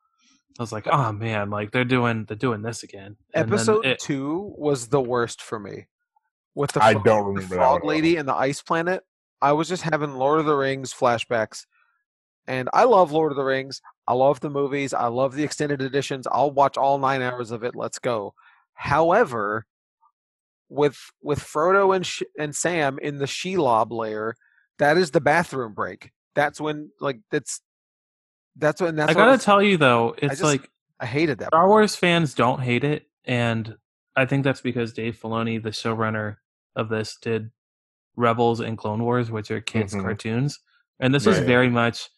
Speaker 3: I was like, oh man, like they're doing they're doing this again. And then
Speaker 1: Episode
Speaker 3: it-
Speaker 1: two was the worst for me. With the
Speaker 2: I
Speaker 1: frog-
Speaker 2: don't
Speaker 1: the
Speaker 2: remember that one
Speaker 1: frog
Speaker 2: at all.
Speaker 1: lady and the ice planet. I was just having Lord of the Rings flashbacks, and I love Lord of the Rings. I love the movies. I love the extended editions. I'll watch all nine hours of it. Let's go. However, with with Frodo and Sh- and Sam in the Shelob lair, that is the bathroom break. That's when like that's that's when that's
Speaker 3: I
Speaker 1: when I,
Speaker 3: gotta
Speaker 1: was-
Speaker 3: tell you though, it's
Speaker 1: just-
Speaker 3: like
Speaker 1: I hated that.
Speaker 3: Star Wars fans don't hate it, and I think that's because Dave Filoni, the showrunner of this, did Rebels and Clone Wars, which are kids'
Speaker 1: Mm-hmm.
Speaker 2: Mhm.
Speaker 3: cartoons, and this is
Speaker 2: Right.
Speaker 3: very much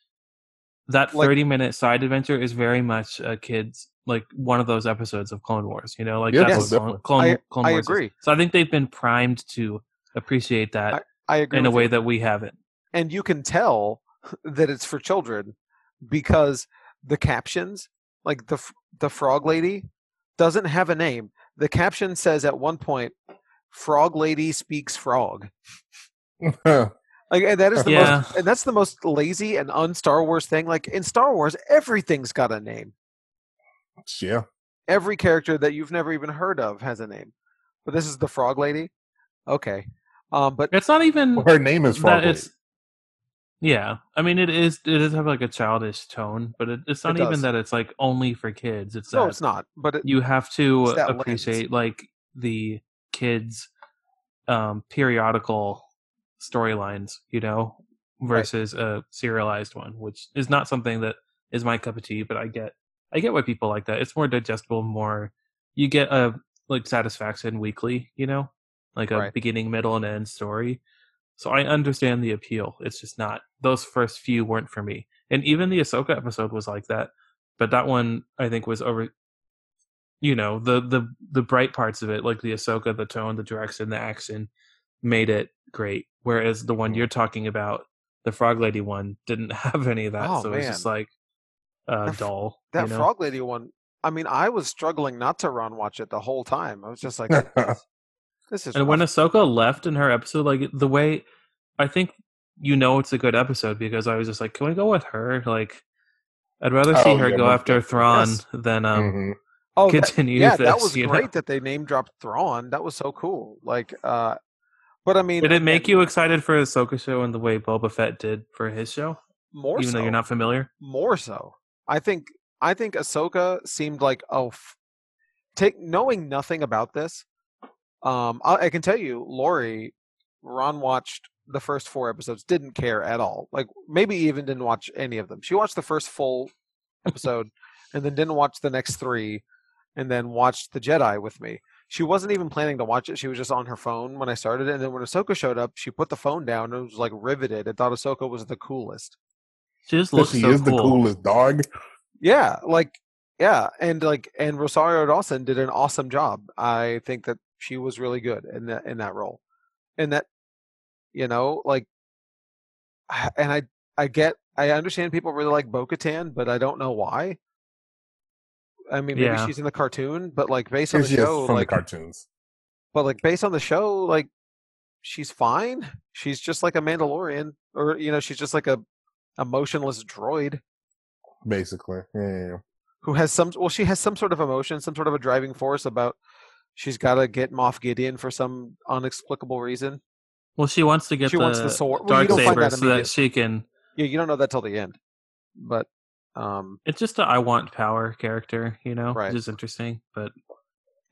Speaker 3: that
Speaker 1: Like-
Speaker 3: thirty-minute side adventure is very much a kids like one of those episodes of Clone Wars. You know, like
Speaker 2: Yeah,
Speaker 1: most
Speaker 3: that's what Clone,
Speaker 2: definitely.
Speaker 3: Clone, Clone
Speaker 1: I
Speaker 3: Wars. is.
Speaker 1: agree.
Speaker 3: So I think they've been primed to appreciate that
Speaker 1: I agree
Speaker 3: in a
Speaker 1: with
Speaker 3: way
Speaker 1: you.
Speaker 3: that we haven't.
Speaker 1: and you can tell that it's for children because the captions like the f- the frog lady doesn't have a name the caption says at one point frog lady speaks frog like and that is the
Speaker 3: Yeah.
Speaker 1: most and that's the most lazy and un star wars thing like in star wars everything's got a name
Speaker 2: yeah.
Speaker 1: every character that you've never even heard of has a name but this is the frog lady okay um but
Speaker 3: It's not even
Speaker 2: Well, her name is Frog.
Speaker 3: that
Speaker 2: Lady.
Speaker 3: it's yeah i mean it is it does have like a childish tone but it, it's not
Speaker 1: It does.
Speaker 3: even that it's like only for kids it's
Speaker 1: no
Speaker 3: that
Speaker 1: it's not but it,
Speaker 3: you have to
Speaker 1: It's that lens.
Speaker 3: appreciate like the kids um periodical storylines you know
Speaker 1: Right.
Speaker 3: versus a serialized one which is not something that is my cup of tea but i get i get why people like that it's more digestible more you get a like satisfaction weekly you know like a
Speaker 1: Right.
Speaker 3: beginning middle and end story so i understand the appeal it's just not those first few weren't for me And even the Ahsoka episode was like that, but that one I think was over. You know the the the bright parts of it, like the Ahsoka, the tone, the direction, the action, made it great. Whereas the
Speaker 1: Mm-hmm.
Speaker 3: one you're talking about, the Frog Lady one, didn't have any of that,
Speaker 1: Oh,
Speaker 3: so it was
Speaker 1: man.
Speaker 3: just like uh,
Speaker 1: That f-
Speaker 3: dull.
Speaker 1: That
Speaker 3: you know?
Speaker 1: Frog Lady one. I mean, I was struggling not to run watch it the whole time. I was just like, this is.
Speaker 3: And when
Speaker 1: rough.
Speaker 3: Ahsoka left in her episode, like the way I think you know it's a good episode because I was just like, can we go with her? Like, I'd rather see
Speaker 2: Oh,
Speaker 3: her
Speaker 2: yeah,
Speaker 3: go
Speaker 2: most
Speaker 3: after Thrawn
Speaker 1: Yes.
Speaker 3: than um
Speaker 2: Mhm.
Speaker 1: oh, that-
Speaker 3: continue
Speaker 1: yeah,
Speaker 3: this.
Speaker 1: that was
Speaker 3: you
Speaker 1: great
Speaker 3: know?
Speaker 1: that they name dropped Thrawn. That was so cool. Like, uh, but I mean,
Speaker 3: Did it make
Speaker 1: and
Speaker 3: you excited for Ahsoka show and the way Boba Fett did for his show,
Speaker 1: more?
Speaker 3: even
Speaker 1: so,
Speaker 3: though you're not familiar?
Speaker 1: more so. I think I think Ahsoka seemed like oh, f- take knowing nothing about this. Um, I, I can tell you, Lori, Ron watched the first four episodes, didn't care at all. Like maybe even didn't watch any of them. She watched the first full episode, and then didn't watch the next three, and then watched the Jedi with me. She wasn't even planning to watch it. She was just on her phone when I started, it. and then when Ahsoka showed up, she put the phone down and was like riveted and thought Ahsoka was the coolest.
Speaker 3: She just
Speaker 2: 'Cause
Speaker 3: looks
Speaker 2: she
Speaker 3: so
Speaker 2: is the
Speaker 3: cool.
Speaker 2: coolest dog.
Speaker 1: Yeah, like yeah, and like and Rosario Dawson did an awesome job. I think that she was really good in that in that role, and that you know like, I- and I I get I understand people really like Bo-Katan, but I don't know why. I mean, maybe
Speaker 3: Yeah.
Speaker 1: she's in the cartoon, but like based on
Speaker 2: She's
Speaker 1: the
Speaker 2: just
Speaker 1: show,
Speaker 2: from
Speaker 1: like
Speaker 2: the cartoons.
Speaker 1: but like based on the show, like she's fine. She's just like a Mandalorian, or you know, she's just like a emotionless droid.
Speaker 2: Basically, yeah.
Speaker 1: who has some well she has some sort of emotion some sort of a driving force about she's got to get moff gideon for some unexplicable reason
Speaker 3: Well, she wants to get
Speaker 1: she
Speaker 3: the,
Speaker 1: wants the sword well, you
Speaker 3: dark
Speaker 1: don't find
Speaker 3: saber
Speaker 1: that
Speaker 3: so that
Speaker 1: immediately
Speaker 3: she can.
Speaker 1: yeah you don't know that till the end but um
Speaker 3: It's just a I want power character, you know,
Speaker 1: Right.
Speaker 3: which is interesting, but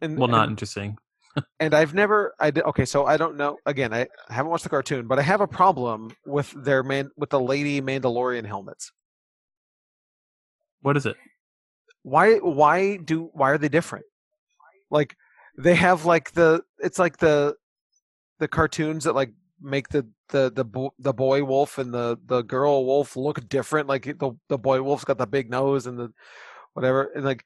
Speaker 1: and
Speaker 3: well, not
Speaker 1: and,
Speaker 3: interesting.
Speaker 1: and i've never i did, okay so i don't know again I, I haven't watched the cartoon but i have a problem with their man with the lady mandalorian helmets
Speaker 3: What is it?
Speaker 1: why why do why are they different like they have like the it's like the the cartoons that like make the the the, bo- the boy wolf and the the girl wolf look different like the the boy wolf's got the big nose and the whatever and like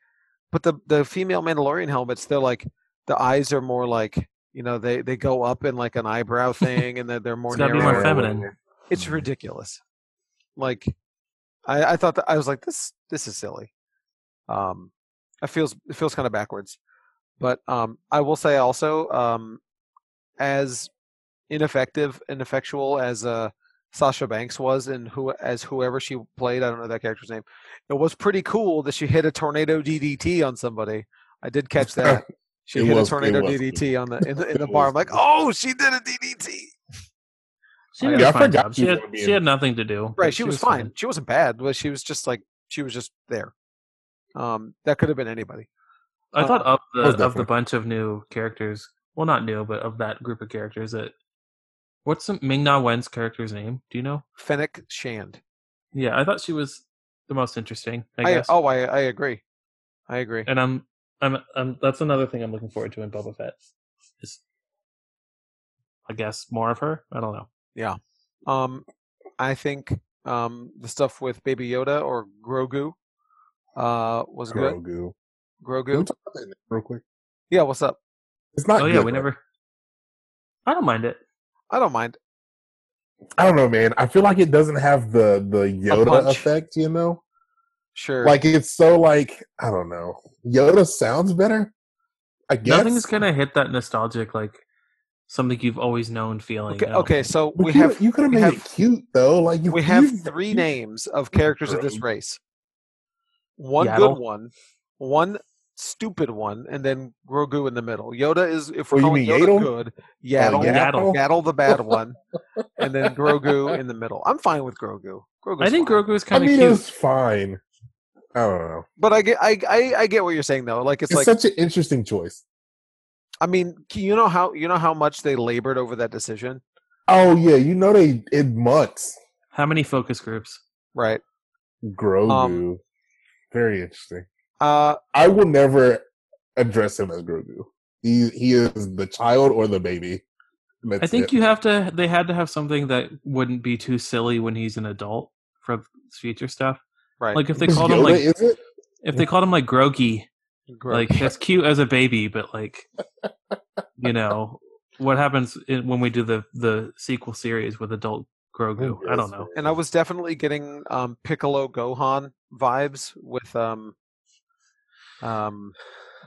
Speaker 1: but the the female mandalorian helmets they're like the eyes are more like you know they they go up in like an eyebrow thing and they're, they're more
Speaker 3: It's gotta be more
Speaker 1: narrow.
Speaker 3: feminine.
Speaker 1: it's
Speaker 2: Mhm.
Speaker 1: ridiculous like i i thought that i was like this this is silly um it feels it feels kind of backwards but um i will say also um as ineffective and effectual as uh sasha banks was and who as whoever she played i don't know that character's name it was pretty cool that she hit a tornado ddt on somebody i did catch that she
Speaker 2: It
Speaker 1: hit
Speaker 2: was-
Speaker 1: a
Speaker 2: it
Speaker 1: tornado
Speaker 2: was
Speaker 1: ddt on the in the, in the
Speaker 2: It
Speaker 1: bar i'm
Speaker 2: was
Speaker 1: like oh she did a ddt
Speaker 3: She
Speaker 1: I-
Speaker 3: did
Speaker 2: Yeah,
Speaker 3: a
Speaker 2: I
Speaker 3: fine
Speaker 2: forgot
Speaker 3: job.
Speaker 2: she
Speaker 3: She
Speaker 2: was
Speaker 3: had,
Speaker 2: gonna be
Speaker 3: she
Speaker 2: in-
Speaker 3: had nothing to do. but
Speaker 1: Right, she, was, fine. She wasn't bad, but she was just like she was just there. Um, that could have been anybody.
Speaker 3: I
Speaker 1: Uh-huh.
Speaker 3: thought of the
Speaker 2: Most
Speaker 3: of the
Speaker 2: definitely.
Speaker 3: bunch of new characters. Well, not new, but of that group of characters that. What's some, Ming-Na Wen's character's name? Do you know?
Speaker 1: Fennec Shand.
Speaker 3: Yeah, I thought she was the most interesting. I
Speaker 1: I,
Speaker 3: guess.
Speaker 1: oh, I I agree. I agree.
Speaker 3: and I'm, I'm, I'm. That's another thing I'm looking forward to in Boba Fett. Is, I guess more of her. I don't know.
Speaker 1: Um, I think um the stuff with Baby Yoda or Grogu, uh, was good.
Speaker 2: Grogu. Can we
Speaker 1: Grogu.
Speaker 2: talk about that name real quick?
Speaker 1: Yeah, what's up?
Speaker 2: It's not.
Speaker 3: oh yeah,
Speaker 2: good,
Speaker 3: we
Speaker 2: Uh, right?
Speaker 3: never. I don't mind it.
Speaker 1: I don't mind.
Speaker 2: I don't know, man. I feel like it doesn't have the the Yoda
Speaker 1: punch.
Speaker 2: effect, you know.
Speaker 1: Sure.
Speaker 2: Like it's so like I don't know. Yoda sounds better. I guess.
Speaker 3: Nothing's gonna hit that nostalgic like something you've always known feeling.
Speaker 1: okay,
Speaker 3: I don't
Speaker 1: okay.
Speaker 3: think.
Speaker 1: So
Speaker 2: But
Speaker 1: we
Speaker 2: you,
Speaker 1: have
Speaker 2: You could have
Speaker 1: we
Speaker 2: made
Speaker 1: have-
Speaker 2: it cute though. Like you.
Speaker 1: we
Speaker 2: you-
Speaker 1: have three
Speaker 2: you-
Speaker 1: names of characters of this
Speaker 2: Grogu.
Speaker 1: race. One
Speaker 3: Yaddle.
Speaker 1: good one, one stupid one, and then Grogu in the middle. Yoda is if we're
Speaker 2: Oh,
Speaker 1: calling
Speaker 2: you mean
Speaker 1: Yoda
Speaker 2: Yaddle?
Speaker 1: good,
Speaker 2: Oh,
Speaker 1: Yaddle,
Speaker 3: Yaddle.
Speaker 2: Yaddle?
Speaker 1: Yaddle the bad one, and then Grogu in the middle. I'm fine with Grogu. Grogu's
Speaker 3: I think
Speaker 1: fine.
Speaker 3: Grogu is
Speaker 2: I
Speaker 3: kind of
Speaker 2: mean,
Speaker 3: cute.
Speaker 2: it's fine. I don't know.
Speaker 1: but I get I, I I get what you're saying though. Like it's,
Speaker 2: It's,
Speaker 1: like
Speaker 2: such an interesting choice.
Speaker 1: I mean can- you know how you know how much they labored over that decision,
Speaker 2: Oh yeah, you know they it months.
Speaker 3: How many focus groups?
Speaker 1: right?
Speaker 2: Grogu.
Speaker 3: Um,
Speaker 2: Very interesting.
Speaker 1: Uh,
Speaker 2: I will never address him as Grogu. He he is the child or the baby. That's
Speaker 3: I think
Speaker 2: it.
Speaker 3: you have to. They had to have something that wouldn't be too silly when he's an adult for future stuff.
Speaker 1: Right.
Speaker 3: Like if they
Speaker 2: Is
Speaker 3: called him
Speaker 2: Yoda,
Speaker 3: like
Speaker 2: is it?
Speaker 3: if they called him like Grogi, like that's cute as a baby, but like you know what happens in, when we do the the sequel series with adult Grogu? I don't know.
Speaker 1: and I was definitely getting um, Piccolo Gohan vibes with um, um,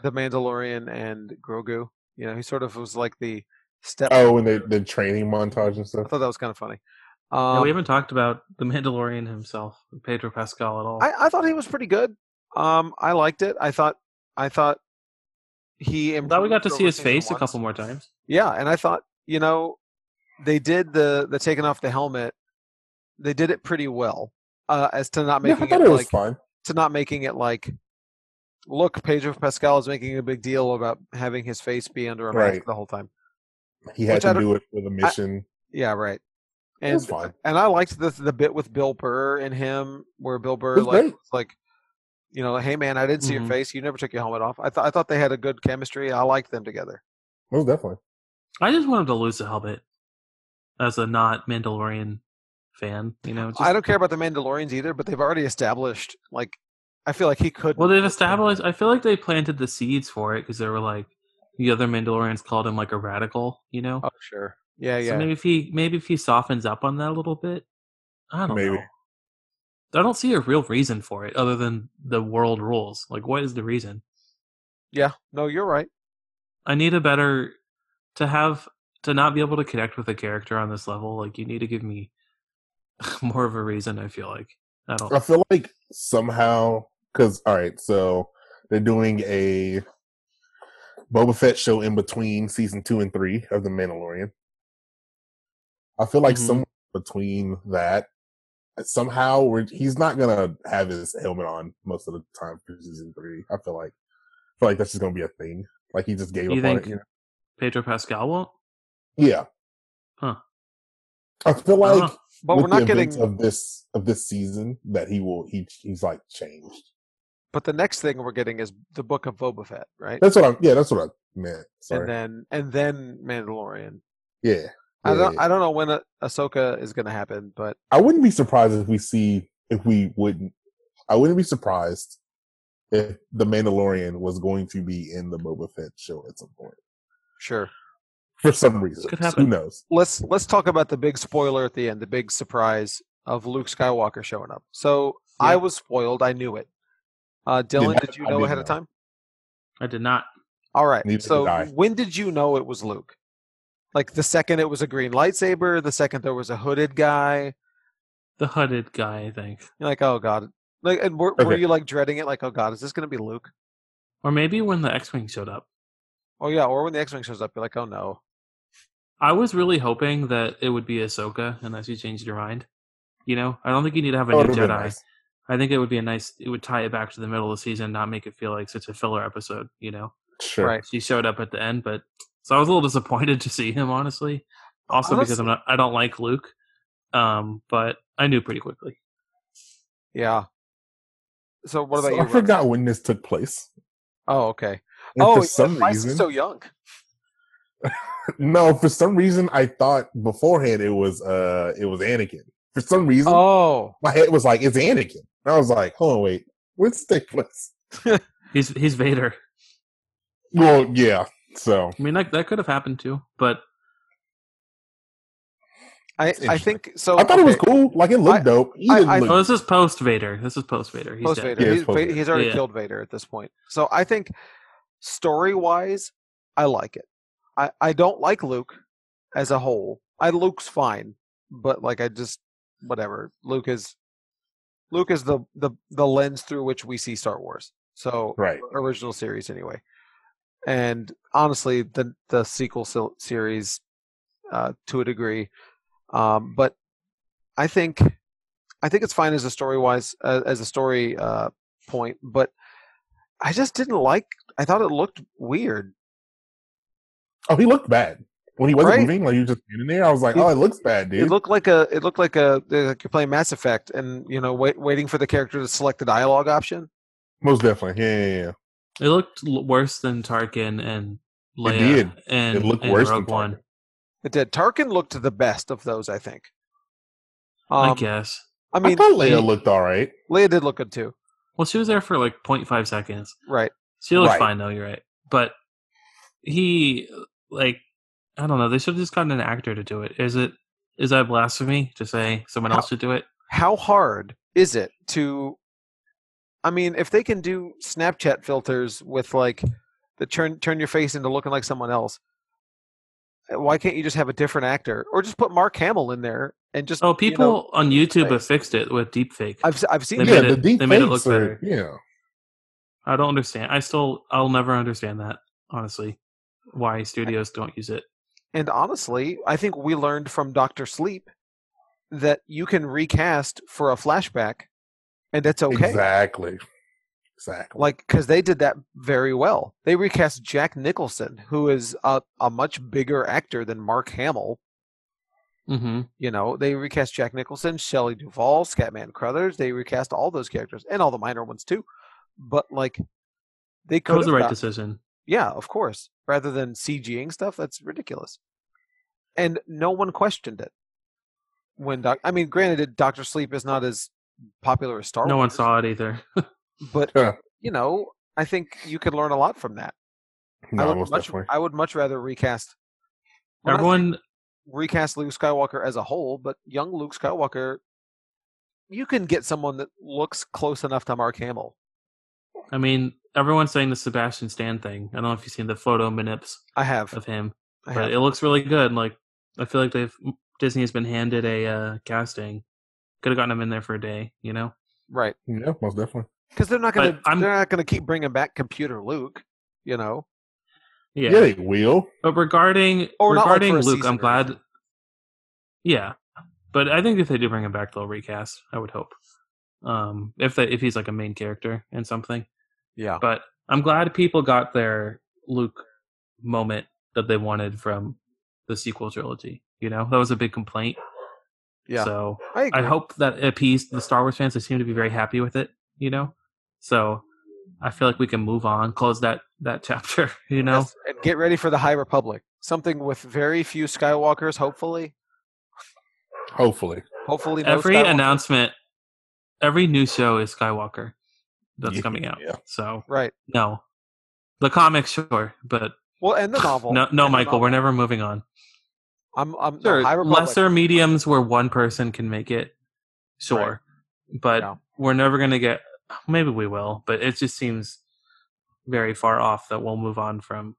Speaker 1: the Mandalorian and Grogu. You know, he sort of was like the step.
Speaker 2: Oh, and the, the training montage and
Speaker 1: I
Speaker 2: stuff.
Speaker 1: thought that was kind of funny.
Speaker 3: Yeah,
Speaker 1: Um,
Speaker 3: we haven't talked about the Mandalorian himself, Pedro Pascal, at all.
Speaker 1: I, I thought he was pretty good. Um, I liked it. I thought I thought he.
Speaker 3: thought we got
Speaker 1: improved
Speaker 3: to see
Speaker 1: over
Speaker 3: his
Speaker 1: season
Speaker 3: face a
Speaker 1: one.
Speaker 3: couple more times.
Speaker 1: Yeah, and I thought you know they did the the taking off the helmet. They did it pretty well, uh, as to not
Speaker 2: Yeah,
Speaker 1: making
Speaker 2: I thought
Speaker 1: it,
Speaker 2: it was
Speaker 1: like
Speaker 2: fine.
Speaker 1: to not making it like look pedro pascal is making a big deal about having his face be under a mask
Speaker 2: Right.
Speaker 1: the whole time
Speaker 2: He had
Speaker 1: which I
Speaker 2: to
Speaker 1: don't-
Speaker 2: do it for the mission.
Speaker 1: yeah right
Speaker 2: it was
Speaker 1: and
Speaker 2: fine.
Speaker 1: and i liked the the bit with bill burr and him where bill burr
Speaker 2: was
Speaker 1: like
Speaker 2: great.
Speaker 1: was like you know hey man i didn't see
Speaker 3: Mhm.
Speaker 1: your face you never took your helmet off i thought i thought they had a good chemistry i liked them together
Speaker 2: Most definitely.
Speaker 3: I just want him to lose the helmet as a not Mandalorian fan. You know, just,
Speaker 1: i don't care about the mandalorians either but they've already established like i feel like he could
Speaker 3: Well, they've established. I feel like they planted the seeds for it because they were like the other Mandalorians called him like a radical. You know,
Speaker 1: oh sure yeah
Speaker 3: so
Speaker 1: yeah
Speaker 3: maybe if he maybe if he softens up on that a little bit, I don't
Speaker 2: Maybe.
Speaker 3: know. I don't see a real reason for it other than the world rules. Like, what is the reason?
Speaker 1: yeah no you're right
Speaker 3: I need a better to have to not be able to connect with a character on this level. Like, you need to give me more of a reason. I feel like I don't.
Speaker 2: I feel like somehow because all right, so they're doing a Boba Fett show in between season two and three of The Mandalorian. I feel like
Speaker 1: Mm-hmm.
Speaker 3: Mhm.
Speaker 2: somewhere between that, somehow we're, he's not gonna have his helmet on most of the time for season three. I feel like, I feel like that's just gonna be a thing. Like he just gave
Speaker 3: You
Speaker 2: up
Speaker 3: think
Speaker 2: on it. You know?
Speaker 3: Pedro Pascal won't?
Speaker 2: Yeah.
Speaker 3: Huh.
Speaker 2: I feel
Speaker 3: I don't
Speaker 2: like
Speaker 3: know.
Speaker 1: Uh-huh. but
Speaker 2: with
Speaker 1: we're
Speaker 2: the
Speaker 1: not getting
Speaker 2: events of this of this season that he will he he's like changed.
Speaker 1: But the next thing we're getting is the Book of Boba Fett, right?
Speaker 2: That's what I'm. Yeah, that's what I meant. Sorry.
Speaker 1: and then and then Mandalorian.
Speaker 2: yeah.
Speaker 1: I
Speaker 2: Yeah,
Speaker 1: don't
Speaker 2: yeah.
Speaker 1: I don't know when ah- Ahsoka is going to happen, but
Speaker 2: I wouldn't be surprised if we see if we wouldn't. I wouldn't be surprised if the Mandalorian was going to be in the Boba Fett show at some point
Speaker 1: sure.
Speaker 2: for some reason.
Speaker 3: Could happen.
Speaker 2: Who knows?
Speaker 1: Let's let's talk about the big spoiler at the end, the big surprise of Luke Skywalker showing up. So I
Speaker 3: Yeah.
Speaker 1: was spoiled. I knew it. Uh, Dylan,
Speaker 2: I-
Speaker 1: did you
Speaker 2: I
Speaker 1: know
Speaker 2: didn't
Speaker 1: ahead of
Speaker 2: know.
Speaker 1: time?
Speaker 3: I did not.
Speaker 1: All right.
Speaker 2: Neither did
Speaker 1: so
Speaker 2: I.
Speaker 1: when did you know it was Luke? Like the second it was a green lightsaber, the second there was a hooded guy.
Speaker 3: The hooded guy, I think.
Speaker 1: You're like, oh god. Like, and were, were
Speaker 2: Okay.
Speaker 1: you like dreading it? Like, oh god, is this going to be Luke?
Speaker 3: Or maybe when the X Wing showed up.
Speaker 1: Oh yeah, or when the X Wing shows up, you're like, oh no.
Speaker 3: I was really hoping that it would be Ahsoka unless you changed your mind. You know? I don't think you need to have a
Speaker 2: That
Speaker 3: new
Speaker 2: would've
Speaker 3: Jedi.
Speaker 2: been nice.
Speaker 3: I think it would be a nice it would tie it back to the middle of the season, not make it feel like such a filler episode, you know.
Speaker 2: Sure.
Speaker 1: Right.
Speaker 3: She showed up at the end, but so I was a little disappointed to see him honestly. Also because I'm not I don't like Luke. Um, but I knew pretty quickly.
Speaker 1: Yeah. So what about
Speaker 2: So
Speaker 1: you?
Speaker 2: I
Speaker 1: Robert?
Speaker 2: forgot when this took place.
Speaker 1: Oh, okay.
Speaker 2: And
Speaker 1: oh,
Speaker 2: for some
Speaker 1: why is he
Speaker 2: reason,
Speaker 1: so young?
Speaker 2: no, for some reason, I thought beforehand it was uh it was Anakin. For some reason,
Speaker 1: Oh,
Speaker 2: my head was like it's Anakin. And I was like, hold on, wait, what's take place?
Speaker 3: He's he's Vader.
Speaker 2: Well, yeah. So
Speaker 3: I mean that that could have happened too, but
Speaker 1: I I
Speaker 2: interesting.
Speaker 1: think so.
Speaker 2: I thought it was
Speaker 1: okay,
Speaker 2: cool. Like it looked
Speaker 1: I-
Speaker 2: dope. He
Speaker 1: I-
Speaker 2: didn't
Speaker 1: I-
Speaker 2: look
Speaker 3: oh this is post Vader. This is post Vader. He's
Speaker 1: Post
Speaker 3: dead.
Speaker 1: Vader.
Speaker 2: Yeah, it's
Speaker 1: he's, Va-
Speaker 2: post Vader.
Speaker 1: he's already
Speaker 3: Yeah.
Speaker 1: killed Vader at this point. So I think story wise, I like it. I I don't like Luke as a whole. I Luke's fine, but like I just whatever. Luke is Luke is the the the lens through which we see Star Wars. So
Speaker 2: right.
Speaker 1: original series anyway. And honestly, the the sequel sil- series uh, to a degree, um, but I think I think it's fine as a story wise uh, as a story uh, point. But I just didn't like. I thought it looked weird.
Speaker 2: Oh, he looked bad when he wasn't
Speaker 1: Right?
Speaker 2: moving. Like he was just standing there. I was like,
Speaker 1: It-
Speaker 2: oh, it looks bad, dude.
Speaker 1: It looked like a it looked like a like you're playing Mass Effect and you know wait, waiting for the character to select the dialogue option.
Speaker 2: Most definitely. Yeah, yeah, yeah.
Speaker 3: It looked l- worse than Tarkin and Leia.
Speaker 2: did.
Speaker 3: And,
Speaker 2: it looked
Speaker 3: and
Speaker 2: worse
Speaker 3: Rogue
Speaker 2: than
Speaker 3: One.
Speaker 2: One.
Speaker 1: It did. Tarkin looked the best of those, I think.
Speaker 3: I guess.
Speaker 1: Um, I
Speaker 2: I
Speaker 1: mean,
Speaker 2: thought Leia looked all right.
Speaker 1: Leia did look good too.
Speaker 3: Well, she was there for like 0.5 seconds.
Speaker 1: Right.
Speaker 3: She looks
Speaker 2: Right.
Speaker 3: fine though. You're right. But he, like, I don't know. They should have just gotten an actor to do it. Is it? Is that blasphemy to say someone
Speaker 1: How-
Speaker 3: else should do it?
Speaker 1: How hard is it to? I mean, if they can do Snapchat filters with like the turn turn your face into looking like someone else, eh, why can't you just have a different actor or just put Mark Hamill in there and just
Speaker 3: Oh,
Speaker 1: you know,
Speaker 3: people on YouTube have
Speaker 1: face.
Speaker 3: fixed it with deepfake.
Speaker 1: I've se- I've
Speaker 3: They
Speaker 1: seen
Speaker 3: made
Speaker 2: yeah,
Speaker 1: that.
Speaker 2: the
Speaker 3: it-
Speaker 2: deep
Speaker 3: they made it
Speaker 2: fakes
Speaker 3: look
Speaker 2: are-
Speaker 3: better.
Speaker 2: Yeah,
Speaker 3: I don't understand. I still, I'll never understand that honestly. Why studios don't use it?
Speaker 1: And honestly, I think we learned from Doctor Sleep that you can recast for a flashback, and that's okay.
Speaker 2: exactly, exactly.
Speaker 1: like because they did that very well. They recast Jack Nicholson, who is a, a much bigger actor than Mark Hamill.
Speaker 3: Mm-hmm.
Speaker 1: You know, they recast Jack Nicholson, Shelley Duvall, Scatman Crothers. They recast all those characters and all the minor ones too. But like, they
Speaker 3: That
Speaker 1: could
Speaker 3: was the right
Speaker 1: have-
Speaker 3: decision.
Speaker 1: yeah, of course. Rather than CGing stuff, that's ridiculous. And no one questioned it. When doc, I mean, granted, Doctor Sleep is not as popular as Star
Speaker 3: No one
Speaker 1: Wars.
Speaker 3: saw it either.
Speaker 1: but
Speaker 2: Huh.
Speaker 1: you know, I think you could learn a lot from that.
Speaker 2: no,
Speaker 1: I would
Speaker 2: most
Speaker 1: much,
Speaker 2: definitely.
Speaker 1: I would much rather recast. well, not
Speaker 3: Everyone,
Speaker 1: recast Luke Skywalker as a whole, but young Luke Skywalker. You can get someone that looks close enough to Mark Hamill.
Speaker 3: I mean, everyone's saying the Sebastian Stan thing. I don't know if you've seen the photo minips
Speaker 1: I have.
Speaker 3: of him.
Speaker 1: I
Speaker 3: but
Speaker 1: have.
Speaker 3: it looks really good. Like I feel like they've Disney has been handed a uh, casting. Could have gotten him in there for a day, you know.
Speaker 1: right,
Speaker 2: yeah, most definitely.
Speaker 1: because they're not gonna
Speaker 3: But I'm-
Speaker 1: they're not gonna keep bringing back computer Luke. You know,
Speaker 3: Yeah.
Speaker 2: Yeah, they will.
Speaker 3: But regarding
Speaker 1: Or not, like,
Speaker 3: regarding
Speaker 1: for a
Speaker 3: Luke,
Speaker 1: season
Speaker 3: I'm
Speaker 1: or
Speaker 3: glad.
Speaker 1: anything.
Speaker 3: Yeah, but I think if they do bring him back, they'll recast. I would hope. Um, if they if he's like a main character in something,
Speaker 1: yeah,
Speaker 3: but I'm glad people got their Luke moment that they wanted from the sequel trilogy. You know, that was a big complaint.
Speaker 1: yeah.
Speaker 3: So
Speaker 1: I, agree.
Speaker 3: I hope that appeased the Star Wars fans. They seem to be very happy with it, you know. So I feel like we can move on, close that that chapter, you know.
Speaker 1: Yes, and get ready for the High Republic. Something with very few Skywalkers, hopefully.
Speaker 2: Hopefully,
Speaker 1: Hopefully, no
Speaker 3: every
Speaker 1: Skywalker-
Speaker 3: announcement, every new show is Skywalker that's
Speaker 2: Yeah,
Speaker 3: coming out.
Speaker 2: yeah.
Speaker 3: So
Speaker 1: Right.
Speaker 3: no, the comic sure, but
Speaker 1: Well, and the novel.
Speaker 3: no, no,
Speaker 1: And the
Speaker 3: Michael, we're
Speaker 1: novel.
Speaker 3: never moving on.
Speaker 1: I'm. I'm no,
Speaker 3: Sure,
Speaker 1: High Republic.
Speaker 3: lesser mediums where one person can make it, sure, but
Speaker 1: No.
Speaker 3: we're never gonna get. Maybe we will, but it just seems very far off that we'll move on from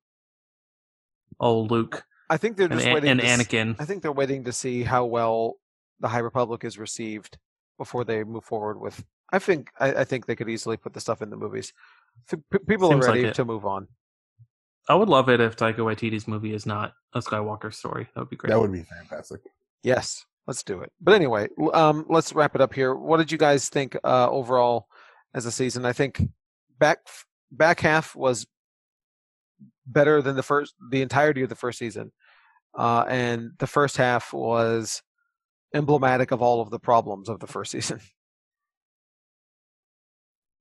Speaker 3: old Luke
Speaker 1: I think they're
Speaker 3: and,
Speaker 1: just
Speaker 3: An-
Speaker 1: waiting.
Speaker 3: and
Speaker 1: to s-
Speaker 3: Anakin.
Speaker 1: I think they're waiting to see how well the High Republic is received before they move forward with. I think I, I think they could easily put the stuff in the movies. F- p- people
Speaker 3: Seems
Speaker 1: are
Speaker 3: like
Speaker 1: ready
Speaker 3: it.
Speaker 1: to move on.
Speaker 3: I would love it if Taika Waititi's movie is not a Skywalker story. That would be great.
Speaker 2: that would be fantastic.
Speaker 1: Yes, let's do it. But anyway, l- um, let's wrap it up here. What did you guys think uh, overall as a season? I think back f- back half was better than the first the entirety of the first season, uh, and the first half was emblematic of all of the problems of the first season.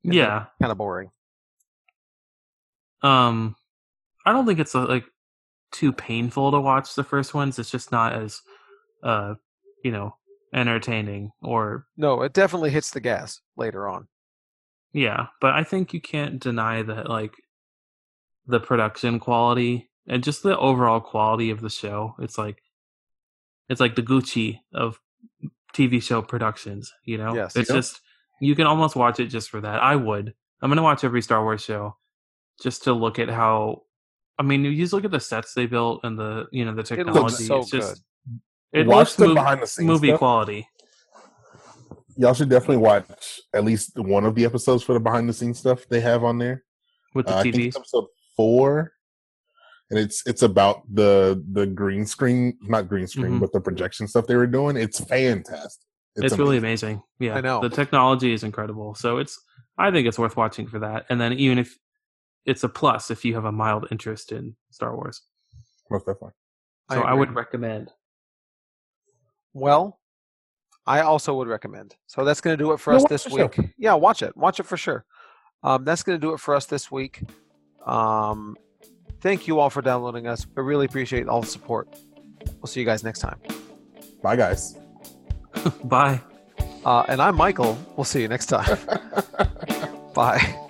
Speaker 1: And they're
Speaker 3: yeah.
Speaker 1: kind of boring.
Speaker 3: Um, I don't think it's uh, like too painful to watch the first ones. It's just not as, uh, you know, entertaining or
Speaker 1: No, it definitely hits the gas later on.
Speaker 3: yeah. But I think you can't deny that like the production quality and just the overall quality of the show. It's like it's like the Gucci of TV show productions. You know,
Speaker 1: Yes.
Speaker 3: it's
Speaker 2: Yep.
Speaker 3: just you can almost watch it just for that. I would. I'm gonna watch every Star Wars show just to look at how. I mean, you just look at the sets they built and the you know the
Speaker 1: looks
Speaker 3: technology.
Speaker 1: so
Speaker 3: it's just it
Speaker 2: Watch
Speaker 3: looks
Speaker 2: the
Speaker 3: mov-
Speaker 2: behind the scenes
Speaker 3: movie
Speaker 2: stuff.
Speaker 3: quality.
Speaker 2: Y'all should definitely watch at least one of the episodes for the behind the scenes stuff they have on there.
Speaker 3: with the
Speaker 2: Uh, I think
Speaker 3: TVs.
Speaker 2: it's episode four, and it's it's about the the green screen, not green screen,
Speaker 3: Mhm.
Speaker 2: but the projection stuff they were doing. It's fantastic.
Speaker 3: It's, really amazing. Yeah,
Speaker 1: I know.
Speaker 3: the technology is incredible. So it's I think it's worth watching for that. And then even if it's a plus if you have a mild interest in Star Wars.
Speaker 2: most definitely.
Speaker 1: I
Speaker 3: So I,
Speaker 1: agree.
Speaker 3: would recommend.
Speaker 1: Well, I also would recommend. So that's going to do it for
Speaker 2: Yeah,
Speaker 1: us
Speaker 2: watch
Speaker 1: this
Speaker 2: the show.
Speaker 1: week. Yeah, watch it. Watch it for sure. Um, that's going to do it for us this week. Um, thank you all for downloading us. We really appreciate all the support. We'll see you guys next time.
Speaker 2: Bye, guys.
Speaker 3: Bye.
Speaker 1: Uh, and I'm Michael. We'll see you next time. Bye.